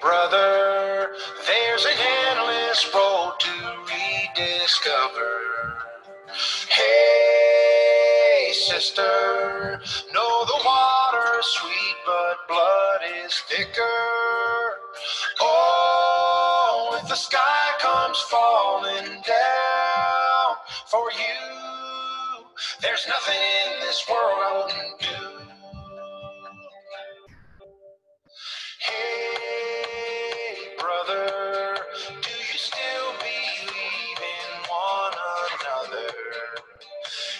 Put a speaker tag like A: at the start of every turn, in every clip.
A: brother, there's an endless road to rediscover. Hey, sister, know the water's sweet, but blood is thicker. Oh, if the sky comes falling down for you, there's nothing in this world I wouldn't do. Hey, brother, do you still believe in one another?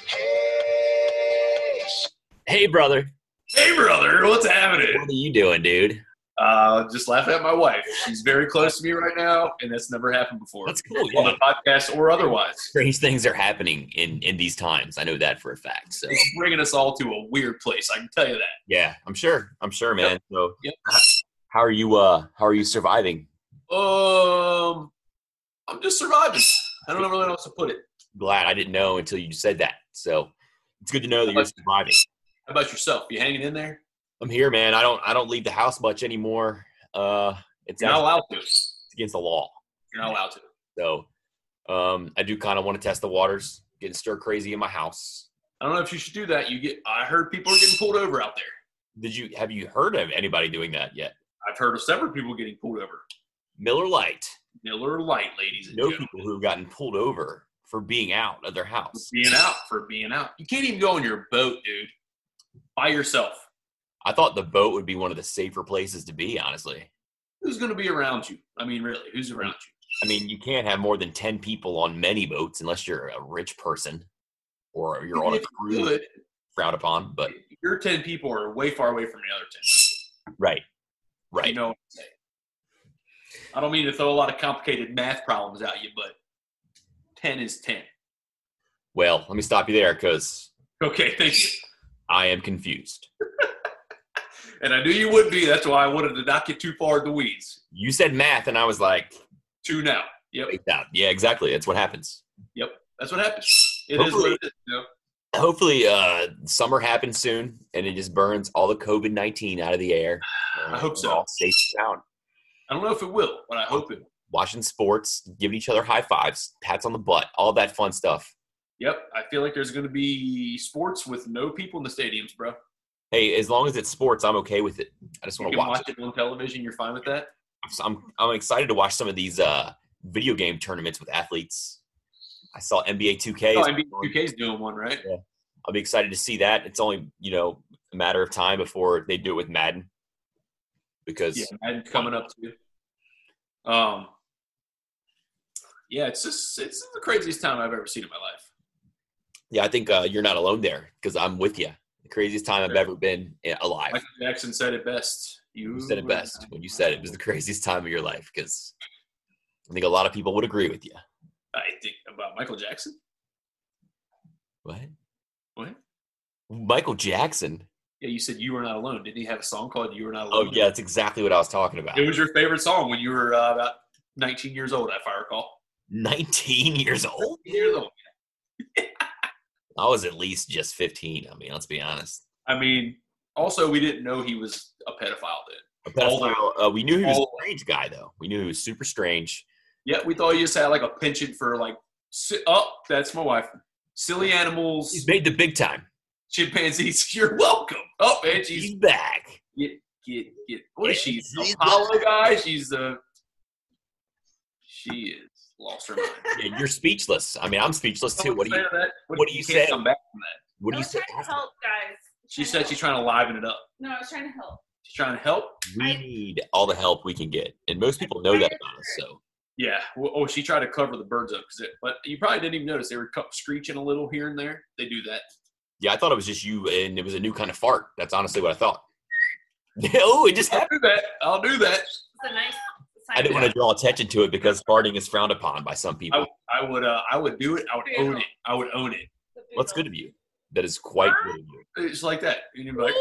A: Hey,
B: Hey, brother.
C: Hey, brother, what's happening?
B: What are you doing, dude?
C: Uh, just laughing at my wife. She's very close to me right now, and that's never happened before
B: That's cool.
C: on
B: Yeah.
C: the podcast or otherwise.
B: Strange things are happening in in these times. I know that for a fact. So
C: It's bringing us all to a weird place. I can tell you that.
B: yeah, I'm sure. I'm sure, man. So
C: Yep.
B: how are you? Uh, how are you surviving?
C: Um, I'm just surviving. I don't know really know how to put it.
B: Glad I didn't know until you said that. So it's good to know that you're surviving.
C: How about yourself? You hanging in there?
B: I'm here, man. I don't I don't leave the house much anymore. Uh, it's
C: You're not
B: actually
C: allowed to.
B: against the law.
C: You're not allowed to.
B: So um, I do kind of want to test the waters, getting stir crazy in my house.
C: I don't know if you should do that. You get. I heard people are getting pulled over out there.
B: Did you have you heard of anybody doing that yet?
C: I've heard of several people getting pulled over.
B: Miller Lite.
C: Miller Light, ladies and
B: know
C: gentlemen,
B: people who have gotten pulled over for being out of their
C: for
B: house.
C: being out for being out. You can't even go on your boat, dude, by yourself.
B: I thought the boat would be one of the safer places to be, honestly.
C: who's going to be around you? I mean, really, who's around you?
B: I mean, you can't have more than 10 people on many boats unless you're a rich person or you're on a
C: Even if you
B: cruise
C: could,
B: frowned upon, but
C: your ten people are way far away from the other ten.
B: right,
C: You
B: right.
C: know what I'm saying? I don't mean to throw a lot of complicated math problems at you, but ten is ten.
B: Well, let me stop you there because
C: Okay, thank you.
B: I am confused.
C: And I knew you would be. That's why I wanted to not get too far in the weeds.
B: You said math, and I was like,
C: Two now. Yep,
B: wait, that- yeah, exactly. That's what happens.
C: that's what happens. It is what it is. You know?
B: Hopefully, uh, summer happens soon and it just burns all the COVID 19 out of the air.
C: I hope so.
B: We're all safe and sound.
C: I don't know if it will, but I hope it. Will.
B: watching sports, giving each other high fives, pats on the butt, all that fun stuff.
C: Yep, I feel like there's going to be sports with no people in the stadiums, bro.
B: Hey, as long as it's sports, I'm okay with it. I just
C: You
B: want to
C: can
B: watch.
C: watch it on television. You're fine with that.
B: It. I'm I'm excited to watch some of these uh, video game tournaments with athletes. I saw NBA 2K.
C: Oh,
B: is-
C: NBA 2K's doing one, right?
B: I'll be excited to see that. It's only you know a matter of time before they do it with Madden because
C: Yeah, Madden's coming up too. Um, yeah, it's just it's the craziest time I've ever seen in my life.
B: yeah, I think uh, you're not alone there because I'm with you. The craziest time I've
C: Yeah.
B: ever been eh, alive.
C: Michael Jackson said it best. You,
B: You said it
C: were
B: best
C: not
B: when you said it was the craziest time of your life because I think a lot of people would agree with you.
C: I think about Michael Jackson.
B: What?
C: What?
B: Michael Jackson.
C: Yeah, you said you were not alone. Didn't he have a song called "You Were Not Alone"?
B: Oh yeah, that's exactly what I was talking about.
C: it was your favorite song when you were uh, about 19 years old, if I recall.
B: 19 years old.
C: 19 years old.
B: I was at least just 15. I mean, let's be honest.
C: I mean, also we didn't know he was a pedophile then.
B: A pedophile. Uh, we knew he was
C: All-
B: a strange guy though. We knew he was super strange.
C: Yeah, we thought he just had like a penchant for like, si- oh, that's my wife. Silly animals.
B: He's made the big time.
C: chimpanzees. You're welcome. Oh, man, she's
B: He's back.
C: get get get. What is she?
B: She's
C: Apollo guy. She's the. She is lost her mind.
B: Yeah, you're speechless. I mean, I'm speechless too. What do you
C: Say that? What,
B: what do you
C: you can't
B: say?
C: Come back from that.
B: What
D: I
B: do you
D: was
B: say?
D: trying to help, guys.
C: She
D: Trying
C: said
D: to
C: she's
D: help.
C: trying to liven it up.
D: No, I was trying to help.
C: She's trying to help.
B: We
D: I-
B: need all the help we can get, and most people know that about us. So
C: Yeah. Well, oh, she tried to cover the birds up 'cause it, but you probably didn't even notice they were cu- screeching a little here and there. They do that.
B: yeah, I thought it was just you, and it was a new kind of fart. That's honestly what I thought. oh, it just happened.
C: I'll do that. I'll do that.
D: It's a nice.
B: I didn't want to draw attention to it because farting is frowned upon by some people.
C: I, I would. Uh, I would do it. I would own it. I would own it.
B: Well, that's good of you. That is quite
C: Ah.
B: good of you.
C: It's like that. And you're like,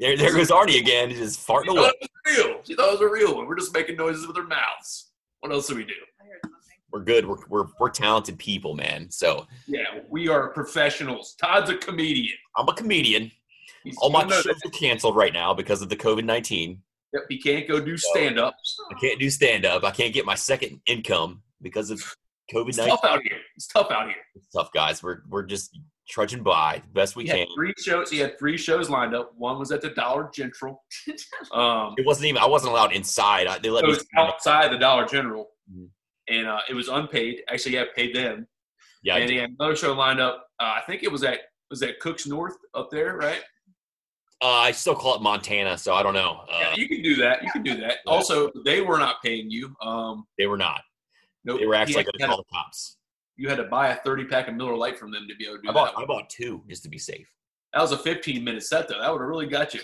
B: There, there goes Artie again, just farting
C: She thought
B: away.
C: it "Oh, was real. She thought it was a real one. We're just making noises with our mouths. What else do we do?
D: I heard something.
B: We're good. We're, we're, we're talented people, man. So
C: Yeah, we are professionals. Todd's a comedian.
B: I'm a comedian.
C: He's,
B: All my
C: you know
B: shows
C: that.
B: are canceled right now because of the COVID nineteen.
C: Yep, he can't go do stand up.
B: I
D: Oh,
B: can't do stand up. I can't get my second income because of COVID
C: It's
B: nineteen.
C: tough out here. It's tough out here.
B: Tough guys. We're we're just trudging by the best we
C: He
B: can.
C: had three shows. He had three shows lined up. One was at the Dollar General. Um,
B: It wasn't even. I wasn't allowed inside. I, they let
C: it
B: me.
C: was outside the Dollar General,
B: Mhm.
C: and uh, it was unpaid. Actually, yeah, paid them.
B: Yeah, I
C: and he had another show lined up. Uh, I think it was at was at Cooks North up there, right?
B: Uh, I still call it Montana, so I don't know. Uh,
C: yeah, you can do that. You can do that.
B: yeah.
C: Also, they were not paying you. Um,
B: they were not.
C: nope.
B: They were
C: He
B: actually going
C: actually
B: to
C: had
B: call
C: a-
B: the cops.
C: you had to buy a thirty pack of Miller Lite from them to be able to do
B: I bought,
C: that.
B: I bought two just to be safe.
C: That was a fifteen minute set though. That would have really got you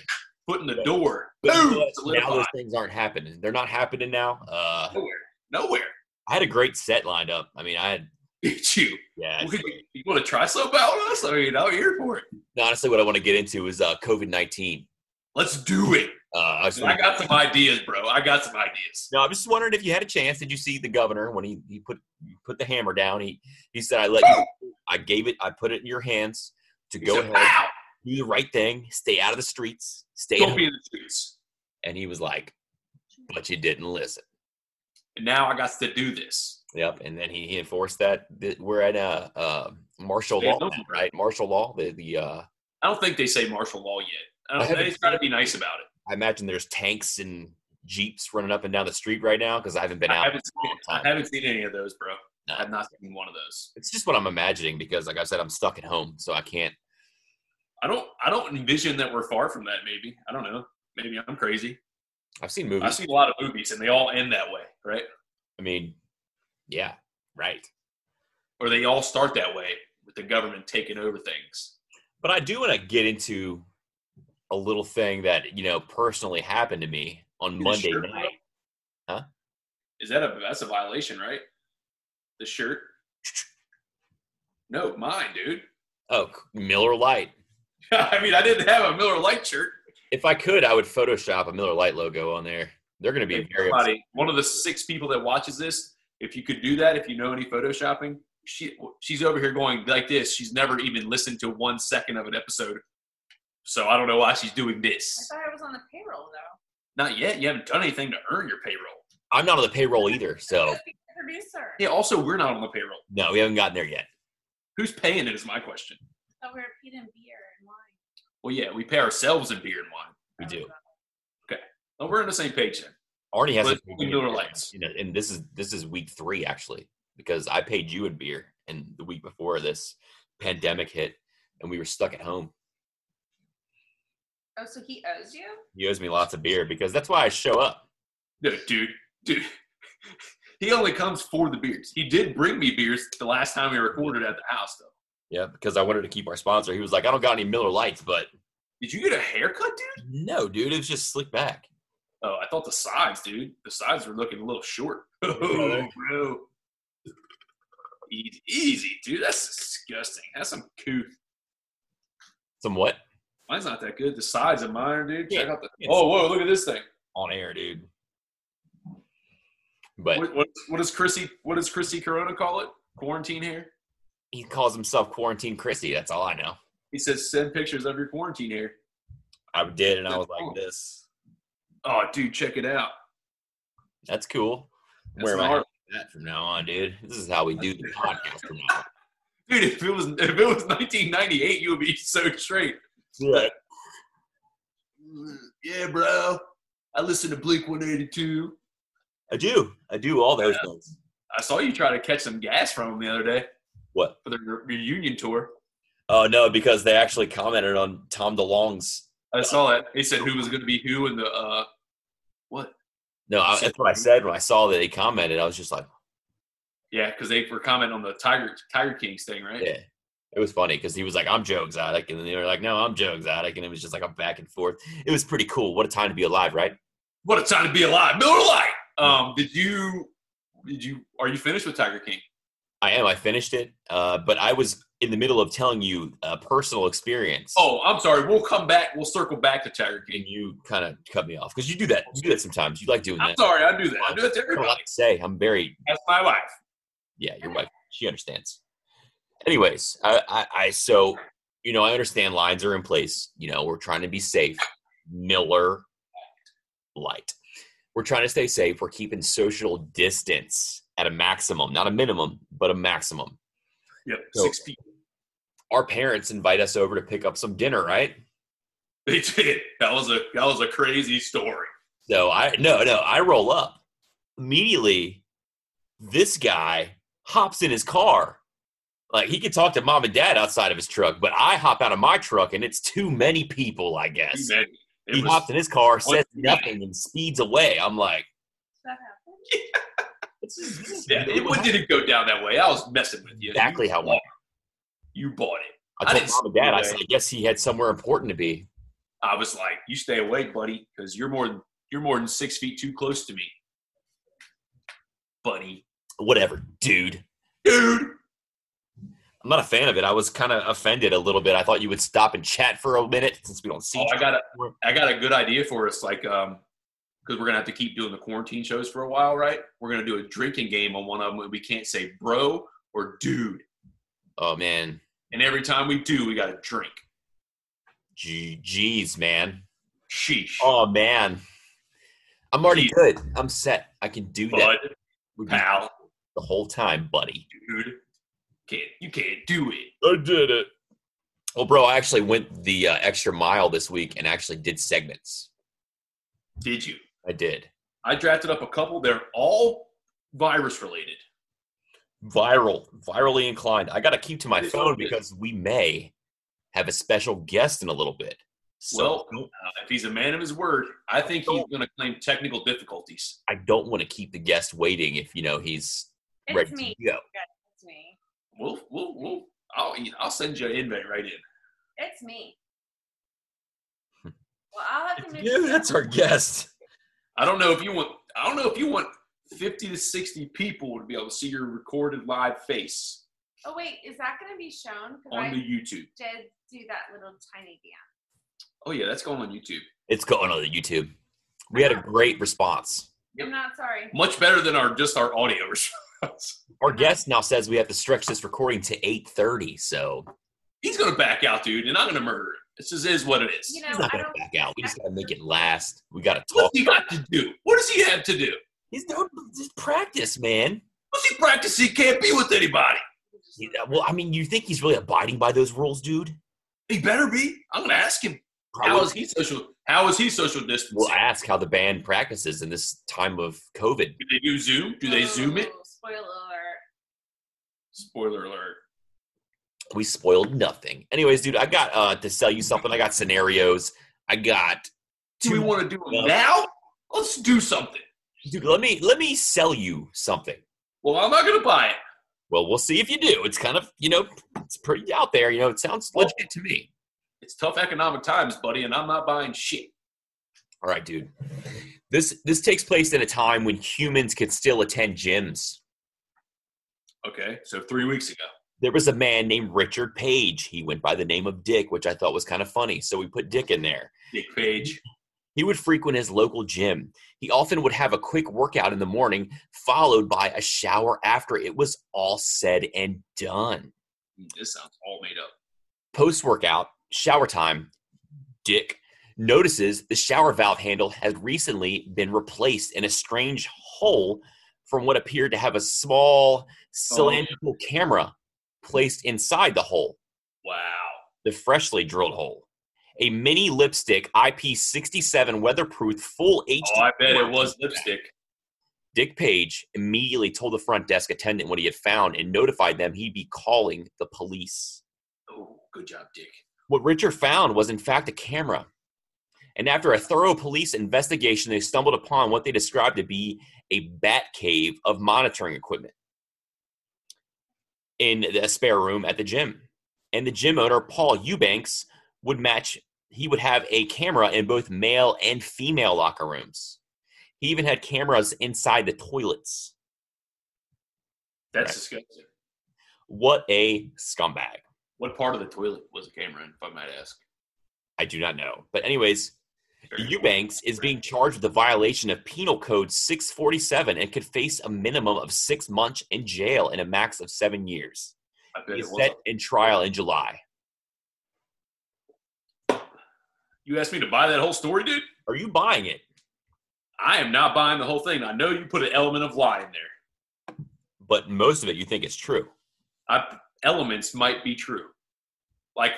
C: foot in the
B: Yeah.
C: door.
B: But you know
C: Boom!
B: what? now
C: Solidified.
B: those things aren't happening. They're not happening now. Uh,
C: Nowhere. Nowhere.
B: I had a great set lined up. I mean, I had
C: Beat you.
B: yeah.
C: Would you, you want to try something out with us? I mean, I'm here for it.
B: Honestly, what I want to get into is uh, COVID nineteen.
C: Let's do it.
B: Uh, I, just
C: I
B: wanna-
C: got some ideas, bro. I got some ideas.
B: no, I'm just wondering if you had a chance. Did you see the governor when he, he put put the hammer down? He he said, "I let you. I gave it. I put it in your hands to
C: He
B: go
C: said,
B: ahead,
C: "Pow!
B: do the right thing, stay out of the streets, stay." at
C: Don't
B: home."
C: be in the streets.
B: And he was like, "But you didn't listen."
C: And now I got to do this.
B: Yep, and then he, he enforced that. that We're at uh, uh, martial
C: Yeah,
B: law,
C: no.
B: now, right? Martial law. The the uh,
C: I don't think they say martial law yet. I
B: I
C: don't,
B: haven't
C: they try to be nice about it.
B: I imagine there's tanks and jeeps running up and down the street right now because I haven't been
C: I
B: out.
C: haven't, seen, I haven't seen any of those, bro.
B: No.
C: I have not seen one of those.
B: It's just what I'm imagining because, like I said, I'm stuck at home, so I can't.
C: I don't. I don't envision that we're far from that. Maybe I don't know. Maybe I'm crazy.
B: I've seen
C: I
B: movies.
C: see a lot of movies, and they all end that way, right?
B: I mean, yeah, right.
C: Or they all start that way with the government taking over things.
B: But I do want to get into a little thing that you know personally happened to me on
C: You the
B: Monday
C: shirt, bro?
B: night. Huh?
C: Is that a that's a violation, right? The shirt. No, mine, dude.
B: Oh, Miller Lite.
C: I mean, I didn't have a Miller Lite shirt.
B: If I could, I would Photoshop a Miller Lite logo on there. They're going to be
C: If
B: very upset.
C: somebody, one of the six people that watches this, if you could do that, if you know any photoshopping, she she's over here going like this. She's never even listened to one second of an episode, so I don't know why she's doing
D: I
C: this.
D: thought I was on the payroll though.
C: Not yet. You haven't done anything to earn your payroll.
B: I'm not on the payroll either, so
D: Producer.
C: Yeah. Also, we're not on the payroll.
B: no, we haven't gotten there yet.
C: Who's paying it is my question.
D: Oh, we're feeding beer and wine.
C: Well, yeah, we pay ourselves in beer and wine.
B: We do.
C: Oh, we're on the same page then.
B: Arnie has
C: But
B: a big
C: we
B: game.
C: Miller Lights.
B: You know, and this is this is week three actually because I paid you in beer, and the week before this pandemic hit, and we were stuck at home.
D: Oh, so he owes you?
B: He owes me lots of beer because that's why I show up.
C: No, dude, dude. He only comes for the beers. He did bring me beers the last time we recorded at the house, though.
B: Yeah, because I wanted to keep our sponsor. He was like, "I don't got any Miller Lights," but
C: Did you get a haircut, dude?
B: no, dude, it was just slick back.
C: Oh, I thought the sides, dude. The sides were looking a little short.
B: brother.
C: Oh, bro. Easy, easy, dude. That's disgusting. That's some cooth.
B: Somewhat
C: Mine's not that good. The sides of mine, dude. Check
B: Yeah,
C: out the.
B: it's-
C: Oh, whoa! Look at this thing.
B: on air, dude. But
C: What, what, what does Chrissy? What does Chrissy Corona call it? Quarantine hair.
B: he calls himself Quarantine Chrissy. That's all I know.
C: He says send pictures of your quarantine hair.
B: I did, and I was like, "This,
C: Oh, dude, check it out.
B: that's cool."
C: That's
B: Where am
C: an
B: I?
C: art-
B: that from now on, dude. This is how we do the podcast from now. on.
C: dude. If it was if it was 1998, you would be so straight.
B: Right.
C: Yeah, bro. I listen to Blink 182.
B: I do. I do all those things.
C: I saw you try to catch some gas from them the other day
B: What?
C: for the re- reunion tour.
B: Oh no, because they actually commented on Tom DeLong's.
C: I saw that. They said who was going to be who in the uh, what?
B: No, I, that's what I said when I saw that he commented. I was just like,
C: Yeah, because they were commenting on the Tiger Tiger Kings thing, right?
B: yeah. It was funny because he was like, "I'm Joe Exotic," and then they were like, "No, I'm Joe Exotic," and it was just like a back and forth. It was pretty cool. What a time to be alive, right?
C: What a time to be alive, Miller Lite. Um, did you? Did you? Are you finished with Tiger King?
B: I am. I finished it, uh, but I was in the middle of telling you a personal experience.
C: Oh, I'm sorry. We'll come back. We'll circle back to Tiger
B: and
C: King.
B: you kind of cut me off because you do that. You do that sometimes. You like doing
C: I'm
B: that.
C: sorry. I do that. I do that to
B: I don't
C: everybody.
B: like to say. I'm very
C: That's my wife.
B: yeah, your wife, she understands. Anyways, I, I, I so you know, I understand lines are in place. You know, we're trying to be safe. Miller light. We're trying to stay safe. We're keeping social distance at a maximum, not a minimum, but a maximum.
C: Yep.
B: So-
C: Six feet.
B: Our parents invite us over to pick up some dinner, right?
C: They did. That was a that was a crazy story.
B: So I no no I roll up immediately. This guy hops in his car, like he could talk to mom and dad outside of his truck, but I hop out of my truck and it's too many people. I guess
C: Man, it
B: he
C: was-
B: hops in his car,
C: What-
B: says nothing, and speeds away. I'm like,
D: Does that happen?
B: this is, this is
C: yeah, it
B: really
C: didn't go down that way. I was messing with you.
B: exactly how it went.
C: You bought it. I
B: I told
C: didn't
B: mom and dad. I
C: see
B: said, I guess he had somewhere important to be.
C: I was like, "You stay away, buddy, because you're more than you're more than six feet too close to me, buddy,
B: Whatever, dude.
C: dude."
B: I'm not a fan of it. I was kind of offended a little bit. I thought you would stop and chat for a minute since we don't see.
C: Oh,
B: each
C: I got a
B: other.
C: I got a good idea for us, like um, because we're gonna have to keep doing the quarantine shows for a while, right? We're gonna do a drinking game on one of them. and We can't say bro or dude,
B: oh man,
C: and every time we do, we got to drink.
B: Gee- Jeez, man.
C: Sheesh,
B: Oh man, I'm already
C: Jeez.
B: good. I'm set. I can do that
C: bud,
B: We'd be
C: pal,
B: the whole time, buddy.
C: dude, can't you can't do it?
B: I did it. Well, Oh, bro, I actually went the uh, extra mile this week and actually did segments.
C: Did you?
B: I did
C: I drafted up a couple. They're all virus related.
B: viral, virally inclined. I got to keep to my
C: Dude,
B: phone
C: don't do-
B: because we may have a special guest in a little bit. So
C: well, uh, if he's a man of his word, I think he's going to claim technical difficulties.
B: I don't want to keep the guest waiting if you know he's
D: It's
B: ready
D: me.
B: to go.
D: It's me.
C: We'll, we'll, we'll. I'll, you know, I'll send you an invite right in.
D: It's me. Well, I'll have to move.
B: Yeah, Hmm. that's our guest.
C: I don't know if you want. I don't know if you want fifty to sixty people to be able to see your recorded live face
D: Oh wait, is that going to be shown? Because I
C: on the YouTube.
D: did do that little tiny dance.
C: Oh yeah, that's going on YouTube.
B: It's going on YouTube. We had a great response.
C: Yep.
D: I'm not sorry.
C: Much better than our just our audio response.
B: Our guest now says we have to stretch this recording to 8:30, so
C: he's going to back out, dude, and I'm going to murder him. This just is what it is.
D: You know,
B: he's not
D: I
B: going to
D: don't.
B: back out. We just got to make it last. We got to talk.
C: What's he got to do? What does he have to do?
B: He's doing just practice, man.
C: What's he practice? He can't be with anybody.
B: He- uh, Well, I mean, you think he's really abiding by those rules, dude?
C: He better be. I'm going to ask him. How
B: Probably.
C: is he social? How is he social distancing?
B: We'll ask how the band practices in this time of COVID.
C: do they do Zoom? Do they Zoom it?
D: Oh, Spoiler alert.
C: Spoiler alert.
B: We spoiled nothing. Anyways, dude, I got uh, to sell you something. I got scenarios. I got
C: Do we want to do
B: No.
C: it now? Let's do something.
B: dude. Let me let me sell you something.
C: Well, I'm not going to buy it.
B: Well, we'll see if you do. It's kind of, you know, it's pretty out there. You know, it sounds legit to me.
C: It's tough economic times, buddy, and I'm not buying shit.
B: All right, dude. This this takes place at a time when humans could still attend gyms.
C: Okay, so three weeks ago.
B: There was a man named Richard Page. He went by the name of Dick, which I thought was kind of funny. So we put Dick in there.
C: Dick Page.
B: He would frequent his local gym. He often would have a quick workout in the morning, followed by a shower after it was all said and done.
C: Hmm, This sounds all made up.
B: Post workout, shower time, Dick notices the shower valve handle has recently been replaced in a strange hole from what appeared to have a small cylindrical camera placed inside the hole,
C: Wow.
B: the freshly drilled hole. A mini lipstick IP67 weatherproof full HD.
C: Oh, I bet it was lipstick.
B: Dick Page immediately told the front desk attendant what he had found and notified them he'd be calling the police.
C: Oh, good job, Dick.
B: What Richard found was, in fact, a camera. And after a thorough police investigation, they stumbled upon what they described to be a bat cave of monitoring equipment in a spare room at the gym. And the gym owner, Paul Eubanks, would match, he would have a camera in both male and female locker rooms. He even had cameras inside the toilets.
C: That's
B: Right.
C: disgusting.
B: What a scumbag.
C: What part of the toilet was the camera in, if I might ask?
B: I do not know. But, anyways,
C: Very
B: Eubanks is being charged with a violation of Penal Code 647 and could face a minimum of six months in jail and a max of seven years.
C: I bet it
B: He's
C: was.
B: set in trial in July.
C: You asked me to buy that whole story, dude.
B: Are you buying it?
C: I am not buying the whole thing. I know you put an element of lie in there.
B: But most of it you think is true.
C: I, uh, elements might be true, like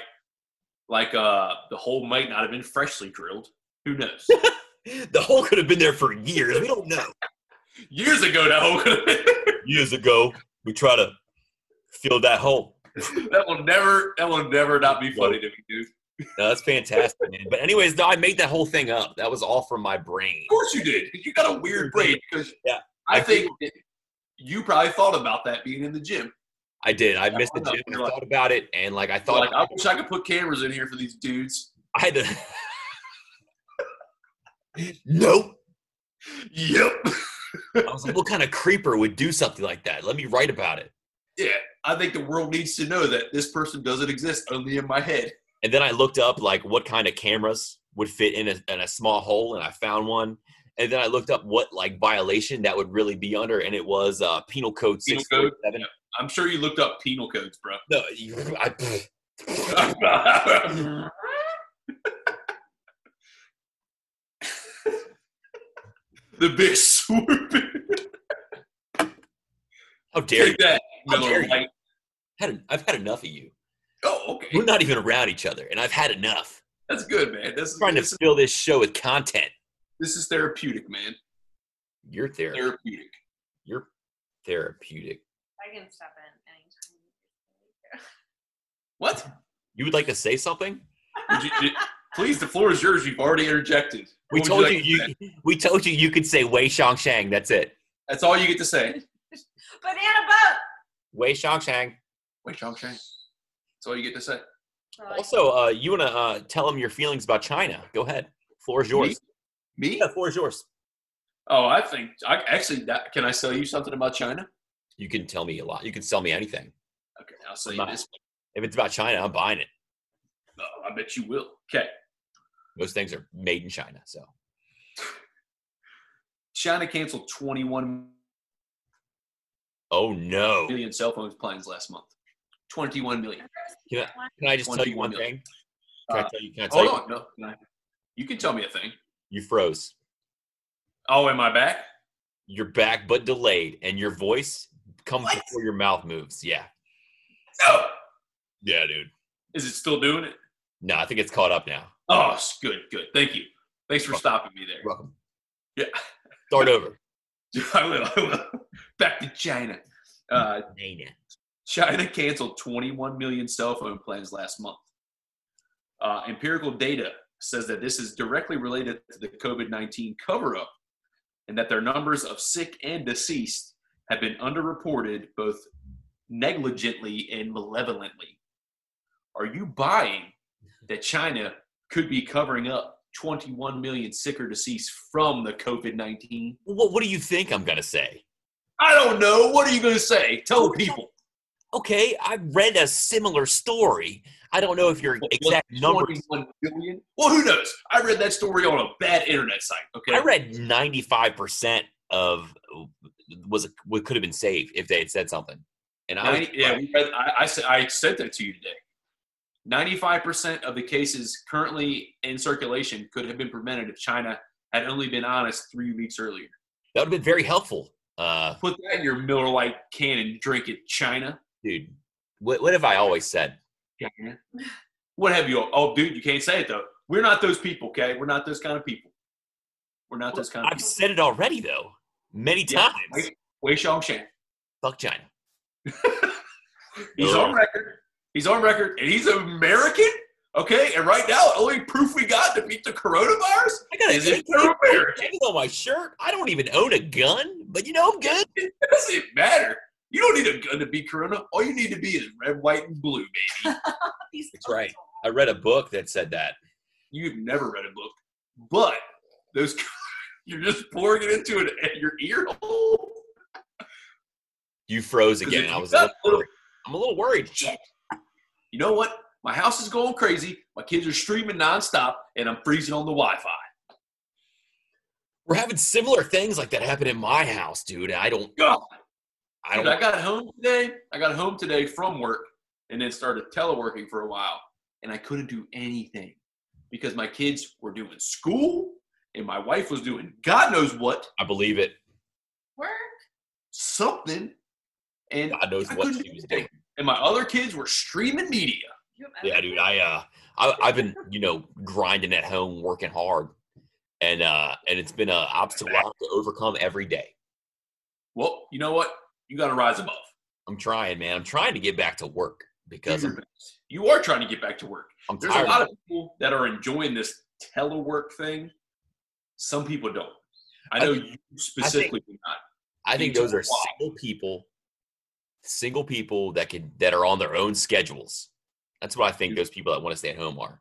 C: like uh the whole might not have been freshly drilled. Who knows?
B: The hole could have been there for years. We don't know.
C: Years ago, that hole could have been.
B: Years ago, we try to fill that hole.
C: that will never that will never not be funny to me, dude.
B: No, that's fantastic, man. But anyways, no, I made that whole thing up. That was all from my brain.
C: Of course you did. 'cause You got a weird brain because
B: Yeah.
C: I think that you probably thought about that being in the gym.
B: I did. I missed the
C: I know.
B: gym. I
C: You're like-
B: thought about it, and like I
C: Thought
B: thought
C: like I wish I could put cameras in here for these dudes.
B: I had to. nope.
C: Yep.
B: I was like, what kind of creeper would do something like that? Let me write about it.
C: Yeah. I think the world needs to know that this person doesn't exist only in my head.
B: And then I looked up like what kind of cameras would fit in a, in a small hole, and I found one. And then I looked up what like violation that would really be under, and it was uh, Penal Code
C: Penal
B: Six
C: Code,
B: Code Seven.
C: I'm sure you looked up penal codes, bro.
B: No, you, I, pfft.
C: the big swoop.
B: how dare you?
C: Take that,
B: How dare
C: Miller
B: you.
C: Lite.
B: I've had, I've had enough of you.
C: Oh, okay.
B: We're not even around each other, and I've had enough.
C: That's good, man. This is,
B: I'm trying to
C: this, is,
B: fill this show with content.
C: this is therapeutic, man.
B: You're therapeutic.
C: Therapeutic.
B: You're therapeutic.
D: I can step in anytime.
C: What?
B: You would like to say something?
C: Would you, you- please, the floor is yours. You've already interjected.
B: We
C: What would
B: told
C: like
B: you,
C: to say?
B: you, we told you you could say Wei Shang Shang. That's it.
C: That's all you get to say.
D: Banana boat.
B: Wei Shang Shang.
C: Wait, Chong Chang. That's all you get to say.
D: So I-
B: Also, uh, you want to uh, tell them your feelings about China? Go ahead. Floor is yours.
C: Me?
B: Yeah, floor is yours.
C: Oh, I think I actually. That, can I sell you something about China?
B: You can tell me a lot. You can sell me anything.
C: Okay, I'll sell you
B: Nice.
C: this.
B: If it's about China, I'm buying it.
C: Oh, I bet you will. Okay.
B: Most things are made in China. So
C: China canceled 21
B: Oh no!
C: million cell phone plans last month. 21 million.
B: Yeah. Can I just tell you
C: 21
B: one
C: million.
B: thing? Can I
C: Uh,
B: tell you? Can I tell
C: Hold
B: you?
C: on. No, no. You can tell me a thing.
B: You froze.
C: Oh, am I back?
B: You're back, but delayed, and your voice comes
C: What?
B: before your mouth moves. Yeah.
C: No.
B: Yeah, dude.
C: Is it still doing it?
B: No, I think it's caught up now.
C: Oh, s- good, good. Thank you. Thanks for
B: Welcome.
C: stopping me there.
B: Welcome.
C: Yeah.
B: Start over.
C: I will. I will. Back to China. Uh, China canceled 21 million cell phone plans last month. Uh, empirical data says that this is directly related to the COVID 19 cover up and that their numbers of sick and deceased have been underreported both negligently and malevolently. Are you buying that China could be covering up 21 million sick or deceased from the COVID 19?
B: What, what do you think I'm gonna say?
C: I don't know. What are you going to say? Tell people.
B: Okay, I read a similar story. I don't know if your exact numbers.
C: 21 billion? Well, who knows? I read that story on a bad internet site. Okay.
B: I read 95% of was what could have been saved if they had said something. And I, was,
C: 90, yeah, we read, I, I, said, I sent that to you today. 95% of the cases currently in circulation could have been prevented if China had only been honest three weeks earlier.
B: that would have been very helpful. Uh,
C: Put that in your Miller Lite can and drink it, China.
B: dude, what, what have I always said?
C: China. What have you all? Oh, dude, you can't say it, though. We're not those people, okay? We're not those kind of people. We're not those kind of
B: I've
C: people.
B: said it already, though, many
C: Yeah,
B: times.
C: Wei- Wei Xiaongshan.
B: Fuck China.
C: He's on record. He's on record, and he's American. Okay, and right now, the only proof we got to beat the coronavirus
B: I got
C: is
B: an
C: it they're American.
B: AK on my shirt. I don't even own a gun, but you know I'm good.
C: It doesn't matter. You don't need a gun to beat corona. All you need to be is red, white, and blue, baby.
D: These
B: That's right. I read a book that said that.
C: You've never read a book, but those you're just pouring it into an, your ear hole.
B: You froze
C: 'Cause
B: again.
C: if
B: I
C: you
B: was a
C: got
B: little
C: a little-
B: worried. I'm a little worried. Shit.
C: You know what? My house is going crazy. My kids are streaming nonstop, and I'm freezing on the Wi-Fi.
B: We're having similar things like that happen in my house, dude. I don't.
C: God.
B: I
C: Dude,
B: don't.
C: I got home today. I got home today from work and then started teleworking for a while, and I couldn't do anything. because my kids were doing school and my wife was doing God knows what,
B: I believe it.
D: Work.
C: something. And
B: God knows
C: I
B: what
C: couldn't
B: she
C: do
B: was doing.
C: anything. And my other kids were streaming media.
D: You have
B: Yeah,
D: everything.
B: dude. I uh, I, I've been you know grinding at home, working hard, and uh, and it's been an obstacle I have to overcome every day.
C: Well, you know what? You got to rise above.
B: I'm trying, man. I'm trying to get back to work
C: Do
B: because
C: your
B: I'm,
C: best. You are trying to get back to work.
B: I'm
C: There's a
B: tired.
C: lot
B: Of,
C: of people that are enjoying this telework thing. Some people don't. I
B: I
C: know you specifically do not.
B: I think those are single people, single people that can that are on their own schedules. That's what I think those people that want to stay at home are.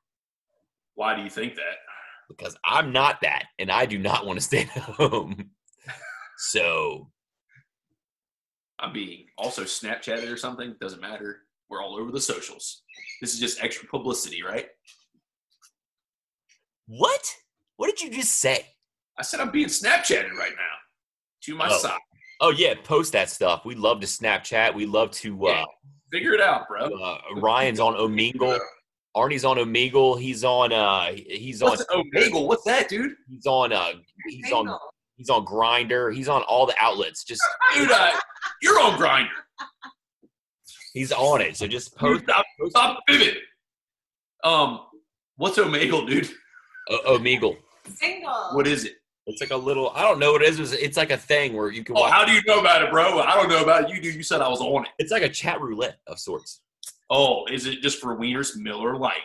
C: Why do you think that?
B: because I'm not that, and I do not want to stay at home. so
C: I'm being also Snapchatted or something. Doesn't matter. We're all over the socials. This is just extra publicity, right?
B: what? What did you just say?
C: I said I'm being Snapchatted right now. To my
B: Oh.
C: side.
B: Oh yeah, post that stuff. We love to Snapchat. We love to. Uh,
C: Figure it out, bro.
B: uh, Ryan's on Omegle. Arnie's on Omegle. He's on. Uh, he's on.
C: What's Omegle? What's that, dude?
B: He's on. Uh, he's on.
D: Single.
B: He's on Grinder. He's on all the outlets. Just
C: Dude, uh, you're on grinder.
B: he's on it. So just post.
C: Dude, Stop,
B: post
C: stop fibbing. Um, what's Omegle, dude?
B: o- Omegle.
D: Single.
C: What is it?
B: It's like a little. I don't know what it is. It's like a thing where you can
C: Oh,
B: watch.
C: how do you know about it, bro? I don't know about it. You do. You said I was on it.
B: It's like a chat roulette of sorts.
C: Oh, is it just for Wieners Miller Light?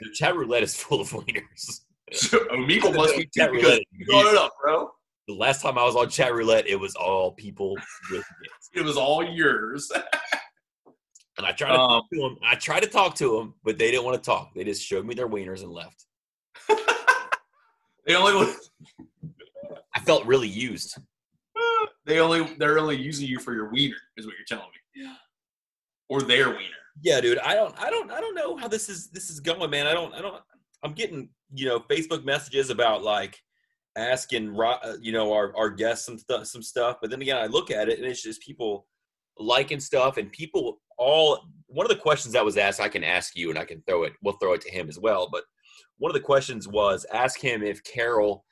B: The chat roulette is full of wieners.
C: So Omegle must be
B: Chat
C: too because
B: roulette.
C: you brought it up, bro.
B: The last time I was on chat roulette, it was all people with dicks.
C: It was all yours.
B: And I tried to
C: Um,
B: talk to them. I tried to talk to them, but they didn't want to talk. They just showed me their wieners and left.
C: They only
B: I felt really used.
C: they only they're only using you for your wiener, is what you're telling me. Yeah. Or their wiener.
B: Yeah, dude. I don't. I don't. I don't know how this is. This is going, man. I don't. I don't. I'm getting you know Facebook messages about like asking Ro- uh, you know our our guests some stuff some stuff. But then again, I look at it and it's just people liking stuff and people all. One of the questions that was asked, I can ask you, and I can throw it. We'll throw it to him as well. But one of the questions was ask him if Carol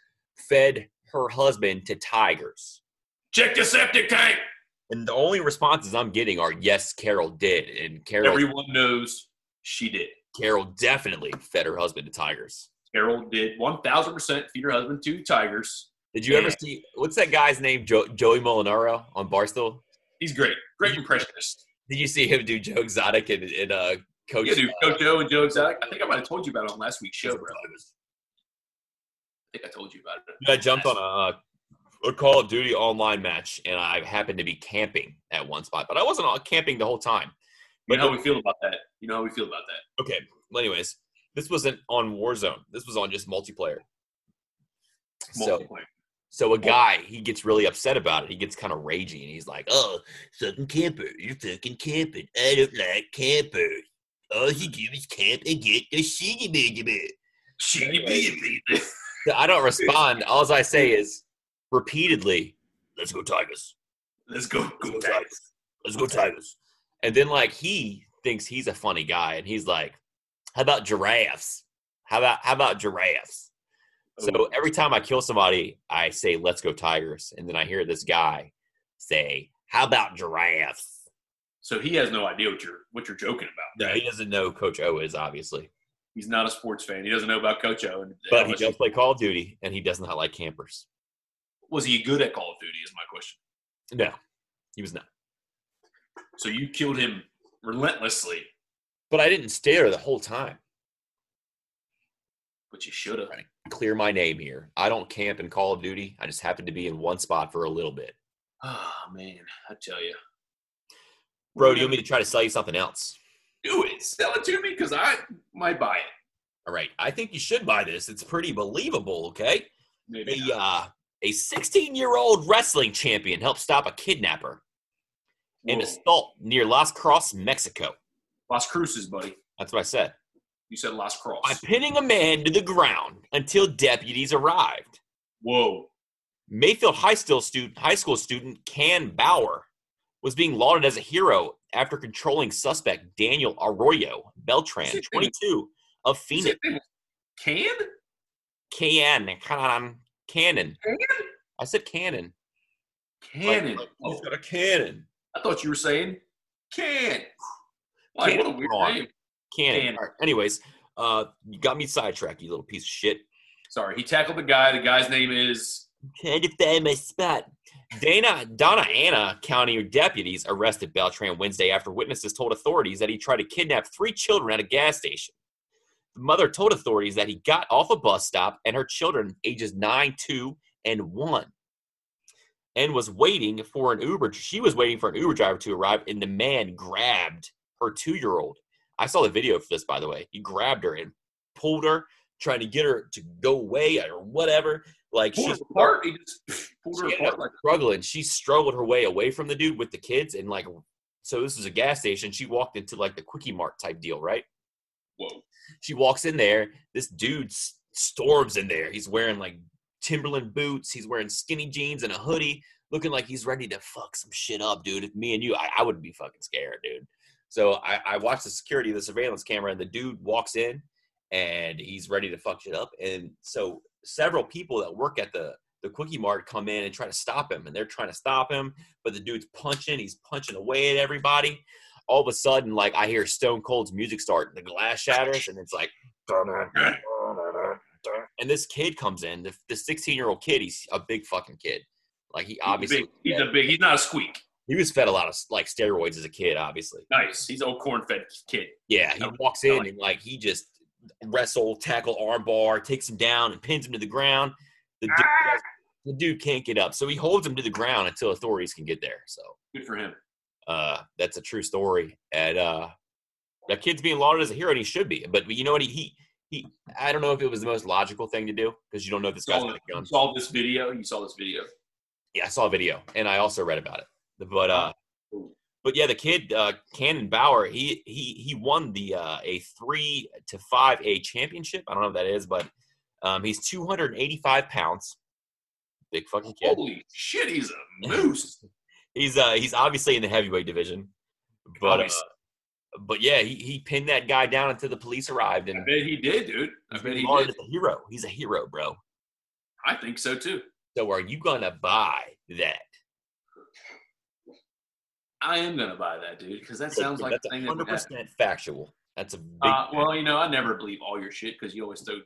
B: fed her husband to tigers.
C: Check the septic tank.
B: And the only responses I'm getting are yes, Carol did, and Carol
C: Everyone knows she did.
B: Carol definitely fed her husband to tigers.
C: Carol did 1000% feed her husband two tigers.
B: Did you ever
C: Yeah.
B: see what's that guy's name? Jo- Joey Molinaro on Barstool.
C: He's great. Great impressionist.
B: Did you see him do Joe Exotic and, and uh, Coach?
C: Yeah, dude.
B: uh,
C: Coach Joe and Joe Exotic. I think I might have told you about it on last week's show, bro. I think I told you about it.
B: Dude, I jumped on a, uh, a Call of Duty online match, and I happened to be camping at one spot, but I wasn't all camping the whole time.
C: You know how we feel about that. You know how we feel about that.
B: Okay. Well, anyways, this wasn't on Warzone. This was on just multiplayer. So
C: Multiplayer.
B: So a guy, he gets really upset about it. He gets kind of ragey, and he's like, "Oh, fucking camper, you're fucking camping. I don't like campers. All you do is camp and get the shitty baby bit."
C: Shitty baby.
B: So I don't respond. All I say is repeatedly, "Let's go Tigers.
C: Let's go.
B: Let's
C: go
B: go
C: Tigers.
B: Tigers. Let's go Tigers." And then like he thinks he's a funny guy, and he's like, "How about giraffes? How about how about giraffes?" So
C: Oh,
B: every time I kill somebody, I say, let's go Tigers. And then I hear this guy say, how about giraffes?
C: so he has no idea what you're what you're joking about.
B: No, he doesn't know Coach O is, obviously.
C: He's not a sports fan. He doesn't know about Coach O. And
B: But he does play Call of Duty, and he does not like campers.
C: was he good at Call of Duty? Is my question.
B: No, he was not.
C: So you killed him relentlessly,
B: But I didn't stare the whole time.
C: but you should have.
B: Clear my name here. I don't camp in Call of Duty. I just happened to be in one spot for a little bit.
C: Ah man, I tell you,
B: Bro, do you want me to try to sell you something else?
C: do it? Sell it to me because I might buy it.
B: All right. I think you should buy this. It's pretty believable, okay?
C: Maybe.
B: a
C: not.
B: uh, a 16 year old wrestling champion helped stop a kidnapper and
C: Whoa.
B: assault near Las Cross, Mexico.
C: Las Cruces, buddy.
B: That's what I said.
C: You said Las Cross.
B: By pinning a man to the ground until deputies arrived.
C: Whoa.
B: Mayfield High School student, high school student Can Bauer was being lauded as a hero after controlling suspect Daniel Arroyo Beltran, 22, of
C: Is
B: Phoenix.
C: it- Can?
B: Can cannon cannon.
C: Cannon?
B: I said cannon. Like-
C: Cannon.
B: like,
C: Oh,
B: he's got a cannon.
C: I thought you were saying can. Like, what a weird
B: Wrong.
C: name.
B: Cannon.
C: Cannon.
B: All right, Anyways, uh, you got me sidetracked, you little piece of shit.
C: Sorry, he tackled the guy. The guy's name is
B: Trying to find my spot. Dana Donna Anna County deputies arrested Beltran Wednesday after witnesses told authorities that he tried to kidnap three children at a gas station. The mother told authorities that he got off a bus stop and her children, ages nine, two, and one, and was waiting for an Uber. She was waiting for an Uber driver to arrive, and the man grabbed her two-year-old. I saw the video for this, by the way. He grabbed her and pulled her, trying to get her to go away or whatever. Like
C: pulled
B: she's
C: her apart. He just pulled her
B: she ended
C: apart.
B: up
C: Like,
B: struggling. She struggled her way away from the dude with the kids, and like, so this is a gas station. She walked into like the quickie mart type deal, right?
C: whoa.
B: She walks in there. This dude s- storms in there. He's wearing like Timberland boots. He's wearing skinny jeans and a hoodie, looking like he's ready to fuck some shit up, dude. If me and you, I, I would be fucking scared, dude. So I, I watched the security, the surveillance camera, and the dude walks in and he's ready to fuck shit up. And so several people that work at the the quickie mart come in and try to stop him, and they're trying to stop him, but the dude's punching. He's punching away at everybody. All of a sudden, like I hear Stone Cold's music start, and the glass shatters, and it's like and this kid comes in, the the 16 year old kid, he's a big fucking kid. Like he obviously
C: He's, a big, he's a big. He's not a squeak.
B: he was fed a lot of like steroids as a kid, obviously.
C: Nice. He's an old corn-fed kid.
B: Yeah, he
C: Okay.
B: walks in and like he just wrestle, tackle, armbar, takes him down and pins him to the ground. The dude,
C: Ah!
B: the dude can't get up, so he holds him to the ground until authorities can get there. So
C: Good for him.
B: uh, that's a true story, and uh, that kid's being lauded as a hero, and he should be. But you know what? He he, he I don't know if it was the most logical thing to do because you don't know if this guy's
C: So,
B: got a gun.
C: you saw this video. You saw this video.
B: Yeah, I saw a video, and I also read about it. But
C: Uh-huh.
B: uh,
C: Cool.
B: but yeah, the kid uh, Cannon Bauer, he he he won the uh, a three to five a championship. I don't know what that is, but um, he's two hundred and eighty five pounds. Big fucking kid.
C: Holy shit! He's a moose.
B: He's uh he's obviously in the heavyweight division, but uh,
C: Obviously.
B: but yeah, he he pinned that guy down until the police arrived,
C: I
B: and
C: bet he did, dude. I
B: he's
C: bet
B: been
C: he
B: lauded
C: did.
B: as a hero. He's a hero, bro.
C: I think so too.
B: So are you gonna buy that?
C: I am gonna buy that, dude, because that sounds like
B: that's
C: the thing that
B: hundred
C: would happen.
B: percent factual. That's a big
C: Uh, well, you know, I never believe all your shit because you always throw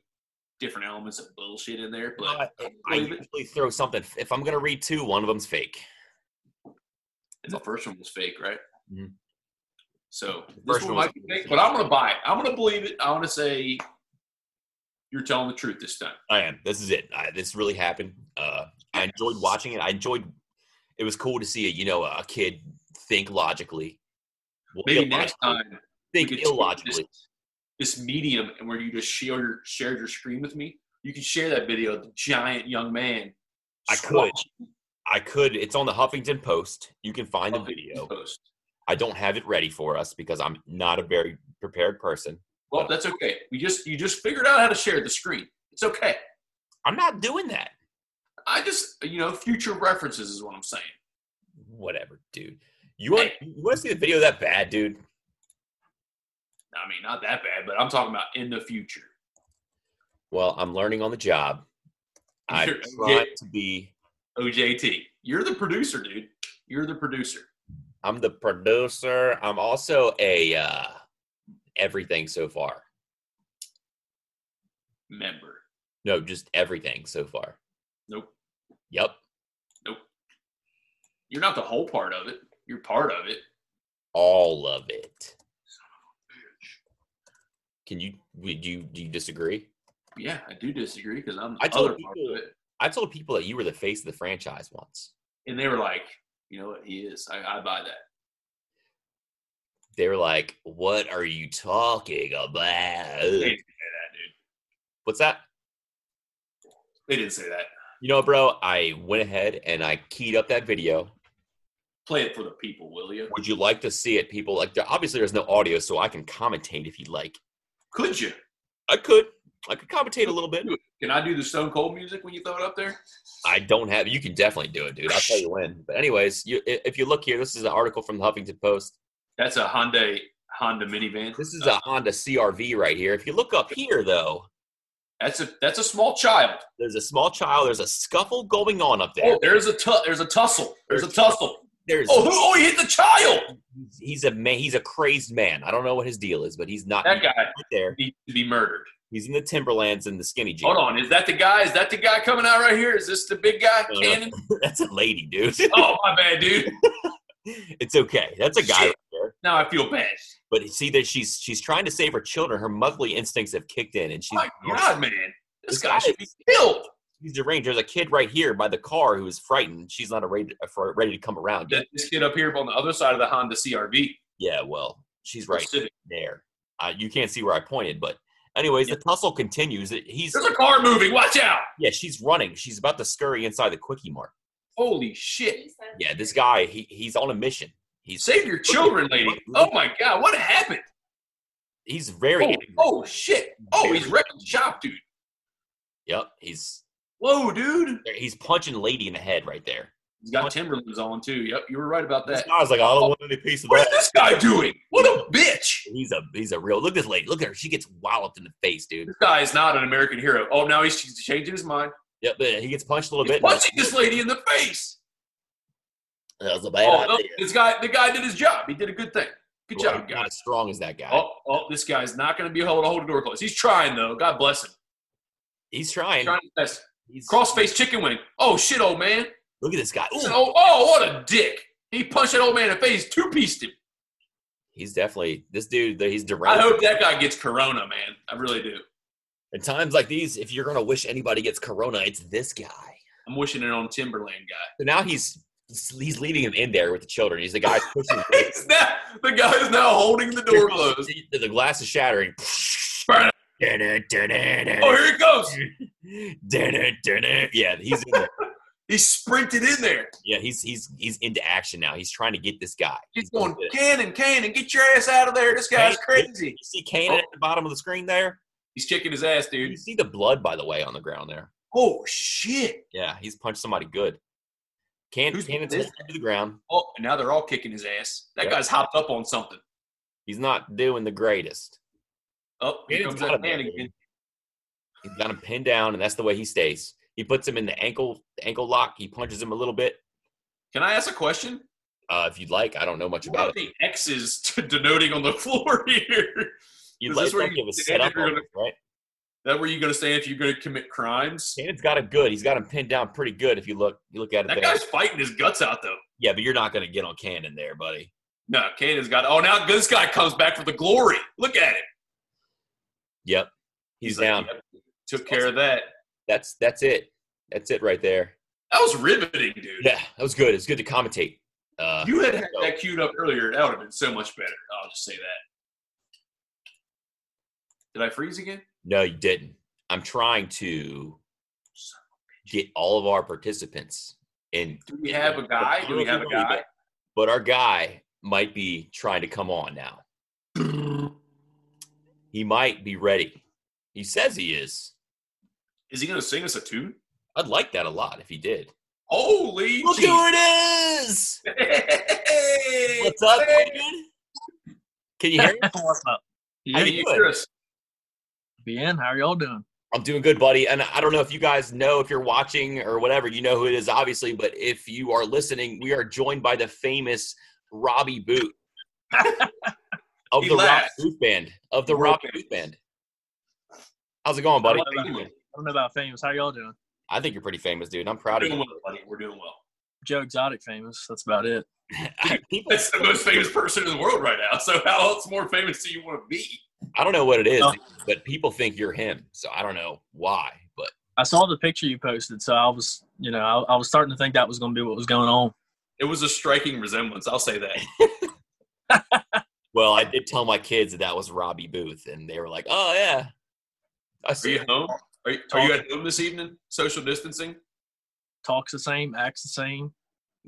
C: different elements of bullshit in there. But
B: I,
C: I
B: I
C: believe it.
B: usually throw something. If I'm gonna read two, one of them's fake.
C: And the first one was fake, right?
B: Mhm.
C: So
B: first
C: this
B: one
C: one
B: was-
C: might be fake, but I'm gonna buy it. I'm gonna believe it. I want to say you're telling the truth this time.
B: I am. This is it. I, this really happened. Uh, I enjoyed watching it. I enjoyed. It was cool to see a you know a kid think logically. Well,
C: Maybe
B: illogically-
C: next time
B: Think
C: we could
B: illogically.
C: this medium and where you just share your shared your screen with me, you can share that video of the giant young man.
B: I could. I could. It's on the Huffington Post. You can find the video.
C: Post.
B: I don't have it ready for us because I'm not a very prepared person.
C: Well, that's okay. We just you just figured out how to share the screen. It's okay.
B: I'm not doing that.
C: I just you know future references is what I'm saying.
B: Whatever, dude. You want you want to see the video that bad, dude?
C: I mean, not that bad, but I'm talking about in the future.
B: Well, I'm learning on the job. I
C: You're-
B: try to be.
C: OJT, you're the producer, dude. You're the producer.
B: I'm the producer. I'm also a uh, everything so far.
C: Member.
B: No, just everything so far.
C: Nope.
B: Yep.
C: You're not the whole part of it. You're part of it.
B: All of it. Can you would you do you disagree?
C: Yeah, I do disagree because I'm the
B: I told
C: other part
B: people-
C: of it.
B: I told people that you were the face of the franchise once.
C: And they were like, you know what? He is. I, I buy that.
B: They were like, "What are you talking about?"
C: They didn't say that, dude.
B: What's that?
C: They didn't say that.
B: You know, bro, I went ahead and I keyed up that video.
C: Play it for the people, will you?
B: Would you like to see it, people? Like, there, obviously, there's no audio, so I can commentate if you'd like.
C: Could you?
B: I could, I could commentate a little bit.
C: Can I do the Stone Cold music when you throw it up there?
B: I don't have. You can definitely do it, dude. I'll tell you when. But anyways, you, i- if you look here, this is an article from the Huffington Post.
C: That's a Hyundai Honda minivan. Uh,
B: This is a Honda CRV right here. If you look up here, though,
C: That's a that's a small child.
B: There's a small child. There's a scuffle going on up there.
C: Oh, there's a tu- there's a tussle. There's a tussle.
B: There's
C: Oh, who, oh, he hit the child.
B: he's a man. He's a crazed man. I don't know what his deal is, but he's not
C: That guy
B: right there.
C: needs to be murdered.
B: He's in the Timberlands in the skinny jeans.
C: Hold on, is that the guy? Is that the guy coming out right here? Is this the big guy?
B: No, no.
C: Cannon?
B: That's a lady, dude.
C: Oh my bad, dude.
B: it's okay. That's a guy
C: Shit.
B: right there.
C: Now I feel bad.
B: But see that she's she's trying to save her children. Her motherly instincts have kicked in, and she's
C: Oh My God, man,
B: This
C: this, guy
B: guy
C: should be killed.
B: she's deranged. There's a kid right here by the car who is frightened. She's not ready uh, ready to come around. Yet.
C: That this kid up here on the other side of the Honda CRV,
B: Yeah, well, she's right
C: Civic.
B: there. Uh, you can't see where I pointed, but anyways, the tussle continues. It- He's
C: There's a car moving. Watch out!
B: yeah, she's running. She's about to scurry inside the quickie mart.
C: Holy shit!
D: He said-
B: Yeah, this guy he he's on a mission. He's
C: Save your children, lady. Oh my God, what happened?
B: he's very
C: Oh,
B: angry.
C: oh shit! Oh, he's wrecking shop, dude.
B: Yep, he's
C: Whoa, dude.
B: he's punching lady in the head right there.
C: He's got Timberlands on too. Yep, you were right about
B: This
C: that. Oh.
B: guy's like, I don't want any piece of
C: What is
B: that.
C: this guy doing? What a bitch!
B: He's a he's a real look. At this lady, look at her. She gets walloped in the face, dude.
C: This guy is not an American hero. Oh, now he's he's changing his mind.
B: Yep, but he gets punched a little
C: He's
B: bit. and
C: punching this lady in the face.
B: That was a
C: Oh,
B: bad
C: no,
B: idea.
C: this guy, the guy did his job. He did a good thing. Good
B: Well,
C: job,
B: he's
C: guy.
B: Not as strong as that guy.
C: Oh, oh, this guy's not going to be able to hold the door closed. He's trying though. God bless him.
B: He's trying.
C: He's trying his best.
B: He's,
C: Crossface chicken wing. Oh shit, old man.
B: look at this guy. Ooh,
C: Oh, oh, what a dick. He punched that old man in the face, two pieced him.
B: he's definitely this dude. He's
C: oh. I
B: deranged.
C: hope that guy gets corona, man. I really do.
B: At times like these, if you're gonna wish anybody gets corona, it's this guy.
C: I'm wishing it on Timberland guy.
B: So now he's he's leaving him in there with the children. He's the guy pushing.
C: He's now, the guy is now holding the door closed.
B: The, the glass is shattering.
C: Burn Oh,
B: Dun-dun-dun-dun.
C: here he goes.
B: Dun-dun-dun-dun. Yeah, he's in there.
C: He sprinted in there.
B: yeah, he's he's he's into action now. He's trying to get this guy.
C: He's going,
B: You
C: Cannon, Cannon, get your ass out of there. This guy's crazy.
B: see Kanan at the bottom of the screen there.
C: He's kicking his ass,
B: You
C: dude.
B: see the blood, by the way, on the ground there.
C: Oh, shit.
B: Yeah, he's punched somebody good. Can
C: Who's
B: Cannon's
C: this?
B: head to the ground.
C: Oh, and now they're all kicking his ass. That
B: Yeah.
C: guy's hopped up on something.
B: He's not doing the greatest.
C: Oh, here
B: Cannon's
C: comes
B: got
C: that
B: him there,
C: man
B: dude.
C: again.
B: He's got him pinned down, and that's the way he stays. He puts him in the ankle ankle lock. He punches him a little bit.
C: Can I ask a question?
B: Uh, if you'd like, I don't know much
C: What are
B: about it.
C: the X's denoting on the floor here?
B: You'd
C: is
B: like
C: this where
B: to
C: you
B: give a
C: stand
B: setup,
C: if you're
B: on
C: gonna-
B: it, right?
C: That where you going to stand if you're going to commit crimes?
B: Cannon's got him good. He's got him pinned down pretty good. If you look, you look at it
C: That
B: there.
C: guy's fighting his guts out though.
B: Yeah, but you're not going to get on Cannon there, buddy.
C: No, Cannon's got. Oh, now this guy comes back for the glory. Look at it.
B: Yep, he's,
C: like,
B: down.
C: "Yep, took care of that.
B: That's that's it. That's it right there.
C: That was riveting, dude.
B: Yeah, that was good. It's good to commentate. Uh,
C: You had had that queued up earlier. That would have been so much better. I'll just say that. Did I freeze again?
B: no, you didn't. I'm trying to get all of our participants in.
C: Do we have a guy? Do we have a guy?
B: But our guy might be trying to come on now. He might be ready. He says he is.
C: Is he going to sing us a tune?
B: I'd like that a lot if he did.
C: Holy!
B: Look who it is!
C: Hey!
B: What's up,
C: Hey!
B: dude? Can you hear me?
E: What's up?
B: How
C: Yeah,
B: you
C: you
B: doing?
C: hear us?
E: Ben, how are y'all doing?
B: I'm doing good, buddy. And I don't know if you guys know if you're watching or whatever, you know who it is, obviously. But if you are listening, we are joined by the famous Robbie Boot of
C: He
B: the Robbie
C: laughed.
B: Boot Band. Of the
C: World
B: Robbie
C: famous.
B: Boot Band. How's it going, buddy?
E: I don't know about- I don't know about famous. How y'all doing?
B: I think you're pretty famous, dude. I'm
C: We're
B: proud of
C: doing
B: you.
C: well, buddy. We're doing well.
E: Joe Exotic famous. That's about it.
B: People,
C: That's the most famous person in the world right now. So how else more famous do you want to be?
B: I don't know what it is,
E: Oh.
B: but people think you're him. So I don't know why. But
E: I saw the picture you posted, so I was, you know, I, I was starting to think that was going to be what was going on.
C: It was a striking resemblance. I'll say that.
B: well, I did tell my kids that that was Robbie Booth, and they were like, "Oh yeah." I
C: Are
B: see.
C: you home? Are you, are you at home this evening? Social distancing?
E: Talks the same, acts the same.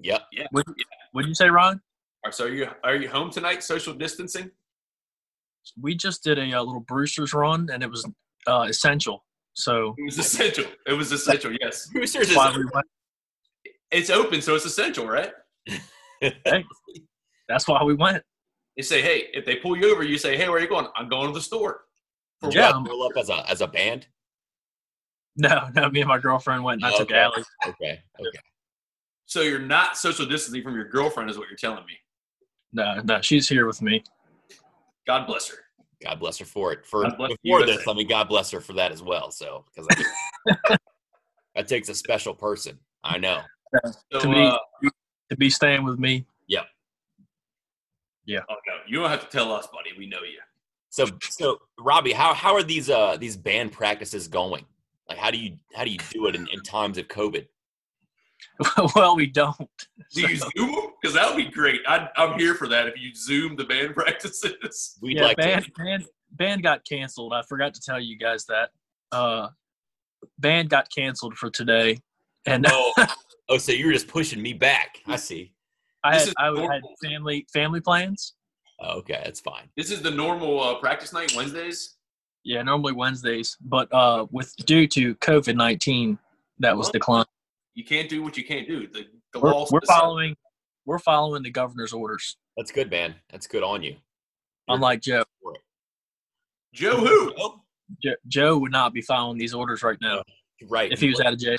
B: Yep.
C: Yeah.
E: Would- What'd you say, Ron?
C: Or so are you are you home tonight? Social distancing?
E: We just did a, uh little Brewster's run, and it was uh, essential. So
C: It was essential. It was essential. Yes,
B: Brewster's is
E: why we went,
C: it's open, so it's essential, right?
E: that's why we went.
C: They say, hey, if they pull you over, you say, hey, where are you going? I'm going to the store.
E: Yeah,
B: roll up as a as a band.
E: No, no, me and my girlfriend went and I took
B: Okay.
E: Allie.
B: Okay. Okay.
C: So you're not social distancing from your girlfriend, is what you're telling me.
E: No, no, she's here with me.
C: God bless her.
B: God bless her for it. For
C: God bless the
B: before
C: USA.
B: this, I mean, God bless her for that as well. So because I- that takes a special person. I know.
C: So,
E: To me-
C: uh,
E: To be staying with me.
C: oh no, you don't have to tell us, buddy. We know you.
B: So so Robbie, how how are these uh these band practices going? Like how do you how do you do it in, in times of COVID?
E: well, we don't.
C: Do you zoom them? Because that would be great. I, I'm here for that. If you zoom the band practices,
B: We'd
E: yeah,
B: like
E: band,
B: to
E: band band got canceled. I forgot to tell you guys that. Uh, band got canceled for today, and
B: oh, oh, so you were just pushing me back. I see.
E: I
C: this
E: had,
C: is
E: I had
C: normal.
E: family family plans.
B: Oh, okay, that's fine.
C: this is the normal uh, practice night Wednesdays.
E: Yeah, normally Wednesdays, but uh, with due to COVID nineteen, that was
C: Well,
E: declined.
C: You can't do what you can't do. The, the
E: We're,
C: law
E: we're
C: says-
E: following we're following the governor's orders.
B: That's good, man. That's good on you.
E: Unlike Joe,
C: Joe who?
E: Joe, Joe would not be following these orders right now
B: Right.
E: if he was out of jail.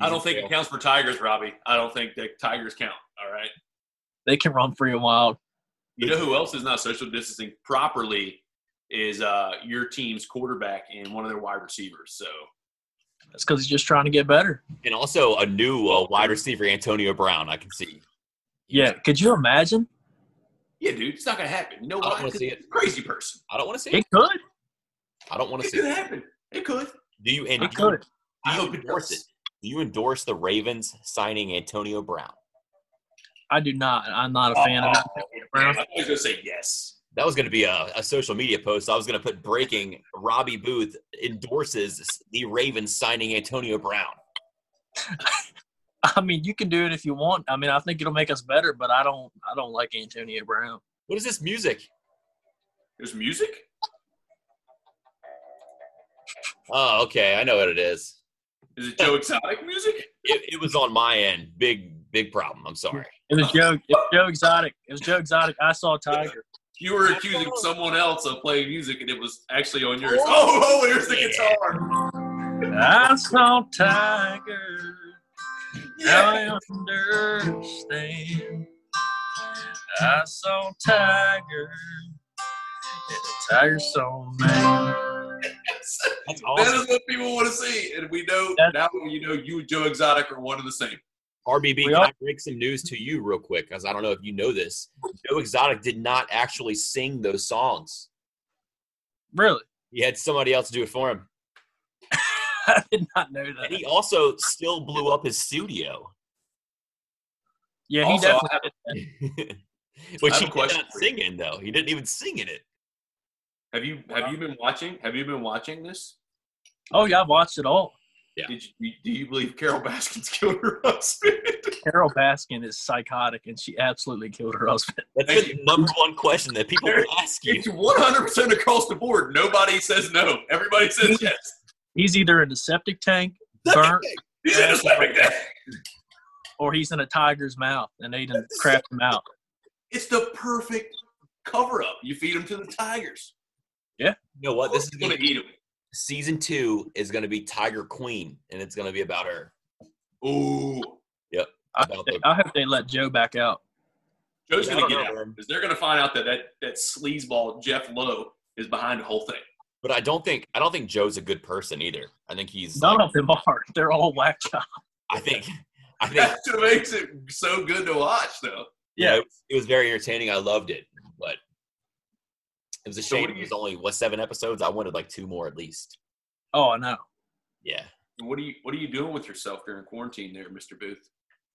C: I don't think it counts for Tigers, Robbie. I don't think that Tigers count. All right.
E: They can run free and wild.
C: You know who else is not social distancing properly is uh, your team's quarterback and one of their wide receivers. So
E: That's because he's just trying to get better.
B: And also a new uh, wide receiver, Antonio Brown. I can see.
E: Yeah, could you imagine?
C: yeah, dude, it's not gonna happen. You know
B: I don't
C: why?
B: wanna
C: 'Cause
B: see
C: he's
B: it.
C: a Crazy person.
B: I don't want to see. It.
E: It could.
B: I don't want to
C: It
B: see.
C: could
B: It.
C: happen. It could.
B: Do you and
E: It
B: do you,
E: could.
B: do
C: I
B: you
C: hope it
B: endorse
C: does.
B: it? Do you endorse the Ravens signing Antonio Brown?
E: I do not. I'm not a fan of
B: Oh,
E: it.
C: Man, I was gonna say yes.
B: That was going to be a, a social media post. I was going to put breaking: Robbie Booth endorses the Ravens signing Antonio Brown.
E: I mean, you can do it if you want. I mean, I think it'll make us better, but I don't. I don't like Antonio Brown.
B: What is this music?
C: There's music.
B: Oh, okay, I know what it is.
C: Is it Joe Exotic music?
B: It, it was on my end. Big, big problem. I'm sorry.
E: It was Joe. It was Joe Exotic. It was Joe Exotic. I saw Tiger.
C: You were accusing someone else of playing music, and it was actually on yours. Oh, oh here's the guitar.
E: I saw Tiger. Now I understand. I saw Tiger. And the Tiger saw me.
C: Yes.
B: That's
C: That
B: awesome.
C: is what people want to see, and we know
E: That's-
C: now. You know, you and Joe Exotic are one of the same.
B: RBB,
E: We
B: can
E: all-
B: I break some news to you real quick? Because I don't know if you know this. Joe Exotic did not actually sing those songs.
E: Really?
B: He had somebody else do it for him.
E: I did not know
B: And
E: that.
B: he also still blew up his studio,
E: Yeah, he
C: Also,
E: definitely.
C: I-
E: did that.
B: which
C: have
B: he
C: a
B: did
C: question
B: not
C: for you.
B: sing in, though. He didn't even sing in it.
C: Have you have you been watching? Have you been watching this?
E: Oh yeah, I've watched it all.
B: Yeah.
C: Did you, do you believe Carol Baskin's killed her husband?
E: Carol Baskin is psychotic, and she absolutely killed her husband.
B: That's
C: Thank
B: the number one question that people
C: There-
B: ask you.
C: It's one hundred percent across the board. Nobody says no. Everybody says yes.
E: He's either in the septic tank, burnt,
C: He's in a septic tank.
E: or he's in a tiger's mouth, and they didn't craft him out.
C: It's the perfect cover up. You feed them to the tigers.
B: You know what? This is
C: They're
B: gonna
C: gonna
B: be,
C: eat them.
B: season two is going to be Tiger Queen, and it's going to be about her.
C: Ooh.
E: I hope, they, I hope they let Joe back out.
C: Joe's
B: Yeah, I
C: gonna
B: don't
C: get
B: know,
C: out
B: man.
C: because they're gonna find out that that that sleazeball Jeff Lowe is behind the whole thing.
B: But I don't think I don't think Joe's a good person either. I think he's.
E: None
B: like-
E: of them are. They're all whack jobs.
B: I think. I think.
C: That's what makes it so good to watch, though.
B: yeah, it, was, it was very entertaining. I loved it, but it was a
C: So what
B: shame.
C: do
B: it
C: you-
B: was only what seven episodes. I wanted like two more at least.
E: Oh, I know.
B: Yeah,
C: What are you What are you doing with yourself during quarantine, there, Mister Booth?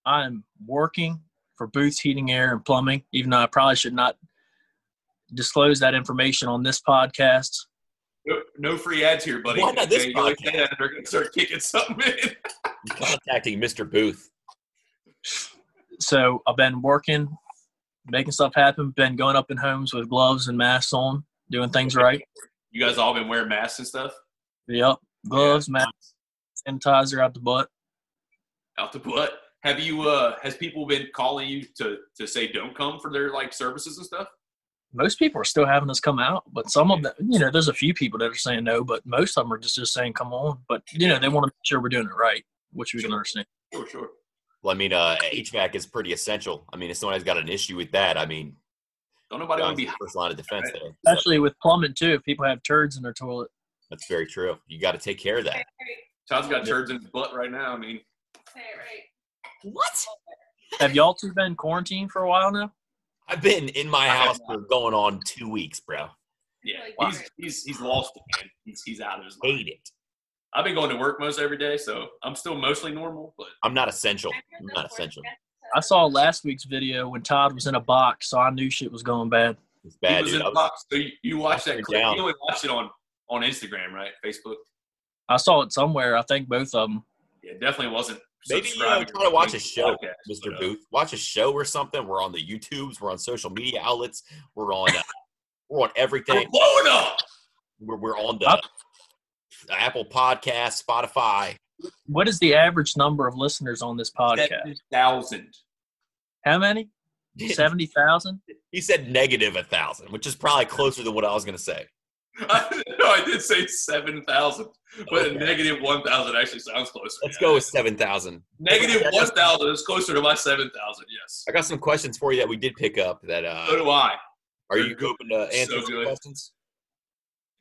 E: I'm working for Booth's Heating, Air, and Plumbing, even though I probably should not disclose that information on this podcast.
C: No, no free ads here, buddy.
B: Why not this
C: Okay, you like
B: podcast?
C: that, They're gonna start kicking something in.
B: contacting Mr. Booth.
E: So I've been working, making stuff happen, been going up in homes with gloves and masks on, doing things right.
C: You guys all been wearing masks and stuff
E: Yep. Gloves, masks, sanitizer out the butt.
C: out the butt. Have you? uh Has people been calling you to to say don't come for their like services and stuff?
E: most people are still having us come out, but some of them, you know, there's a few people that are saying no, but most of them are just, just saying come on. But you know, they want to make sure we're doing it right, which we can understand.
C: Sure, sure.
B: Well, I mean, uh, HVAC is pretty essential. I mean, if someone has got an issue with that, I mean,
C: Don't nobody want
B: John's
C: to
B: the
C: be.
B: first line of defense there. So
E: Especially with plumbing too, if people have turds in their toilet.
B: that's very true. You got to take care of
D: Say
B: that.
D: it right.
C: Todd's got turds in his butt right now. I mean,
D: Say it right.
B: What?
E: Have y'all two been quarantined for a while now?
B: I've been in my
C: I have
B: house for going on two weeks, bro.
C: yeah,
D: Like,
C: he's,
D: wow.
C: he's he's lost it, man. He's he's out of his mind.
B: Hate it.
C: I've been going to work most every day, so I'm still mostly normal. But
B: I'm not essential.
D: I heard
B: I'm
D: the
B: not
D: fourth
B: essential.
D: guest
E: I
D: said-
E: saw last week's video when Todd was in a box, so I knew shit was going bad.
B: It's bad,
C: he was
B: dude.
C: in
B: I
C: the
B: was-
C: box. So you, you watched
B: I
C: that
B: was
C: clip.
B: down.
C: You only watched it on on Instagram, right? Facebook.
E: I saw it somewhere. I think both of them.
C: Yeah, definitely wasn't.
B: Maybe you know,
C: subscribing
B: try to watch a
C: Podcast,
B: show,
C: but,
B: Mr.
C: uh,
B: Booth. Watch a show or something. We're on the YouTubes. We're on social media outlets. We're on. Uh, we're on
C: We're
B: everything.
C: blowing up.
B: We're, we're on the Apple Podcast, Spotify.
E: What is the average number of listeners on this podcast?
C: Seven thousand.
E: How many? Seventy thousand.
B: He said negative a thousand, which is probably closer than what I was going to say.
C: I, no, I did say seven thousand, but
B: Okay.
C: a negative one thousand actually sounds closer.
B: Let's
C: yeah.
B: go with seven thousand.
C: Negative one thousand is closer to my seven thousand. Yes.
B: I got some questions for you that we did pick up. That
C: So
B: uh,
C: do I.
B: are you open to answer
C: So
B: some
C: good.
B: questions?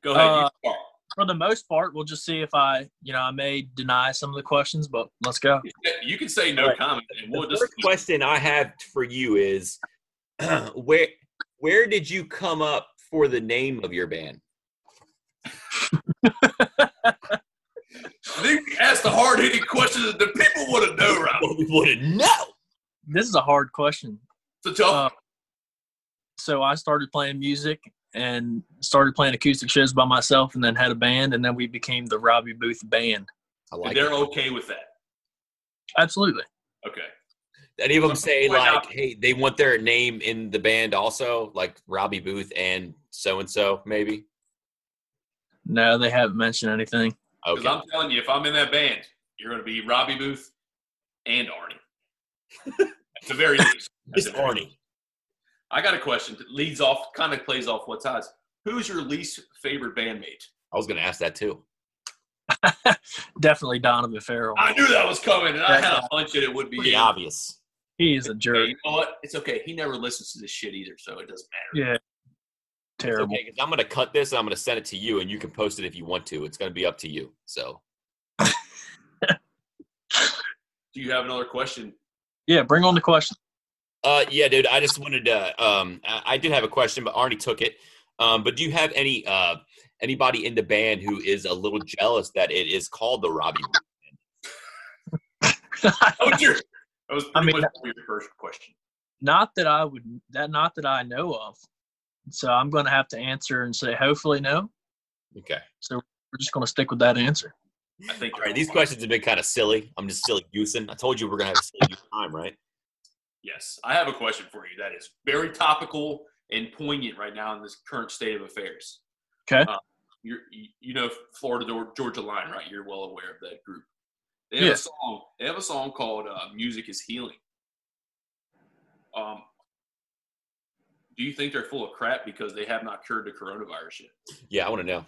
C: Go ahead.
E: Uh,
C: you start.
E: For the most part, we'll just see if I, you know, I may deny some of the questions, but let's go.
C: You can say no
B: Alright.
C: comment, and we'll
B: the
C: just
B: first question I have for you is where where did you come up for the name of your band?
C: I think we ask the hard hitting questions that the people want to know, Rob.
B: Well, we want to know.
E: This is a hard question.
C: It's a tough.
E: Uh, so I started playing music and started playing acoustic shows by myself, and then had a band, and then we became the Robbie Booth Band.
B: I
C: and
B: like.
C: they're
B: it.
C: okay with that.
E: Absolutely.
C: Okay.
B: Any of them say
C: Why
B: like,
C: not?
B: "Hey, they want their name in the band also, like Robbie Booth and so and so, maybe."
E: No, they haven't mentioned anything.
C: Because
B: Okay,
C: I'm telling you, if I'm in that band, you're going to be Robbie Booth and Arnie. At the very least. At
B: it's
C: the very least.
B: Arnie.
C: I got a question. that Leads off, kind of plays off what Todd's. Who's your least favorite bandmate?
B: I was going to ask that too.
E: Definitely Donovan Farrell.
C: I knew that was coming, and I had a hunch that it would be
B: Pretty
C: you.
B: obvious.
E: He is a
C: Hey,
E: jerk.
C: you know what? It's okay. He never listens to this shit either, so it doesn't matter.
E: Yeah.
B: It's
E: Terrible.
B: okay, 'cause I'm going to cut this and I'm going to send it to you, and you can post it if you want to. It's going to be up to you. So
C: Do you have another question?
E: Yeah, bring on the question.
B: Uh, yeah, dude. I just wanted to. Um, I, I did have a question, but Arnie took it. Um, but do you have any uh anybody in the band who is a little jealous that it is called the Robbie? Booth?
C: That was, your, that was
E: I
C: pretty
E: mean-
C: much your first question.
E: not that I would that not that I know of. So I'm going to have to answer and say hopefully no.
B: Okay.
E: We're just going to stick with that answer.
C: I think
B: All right. These questions have been kind of silly. I'm just silly goosing. I told you we're gonna have a silly goose time, right?
C: Yes, I have a question for you that is very topical and poignant right now in this current state of affairs.
E: Okay.
C: Uh, you're, you you know Florida Geor- Georgia Line, right? You're well aware of that group. They have
E: Yeah.
C: a song. They have a song called uh, "Music Is Healing." Um, do you think they're full of crap because they have not cured the coronavirus yet?
B: Yeah, I want to know.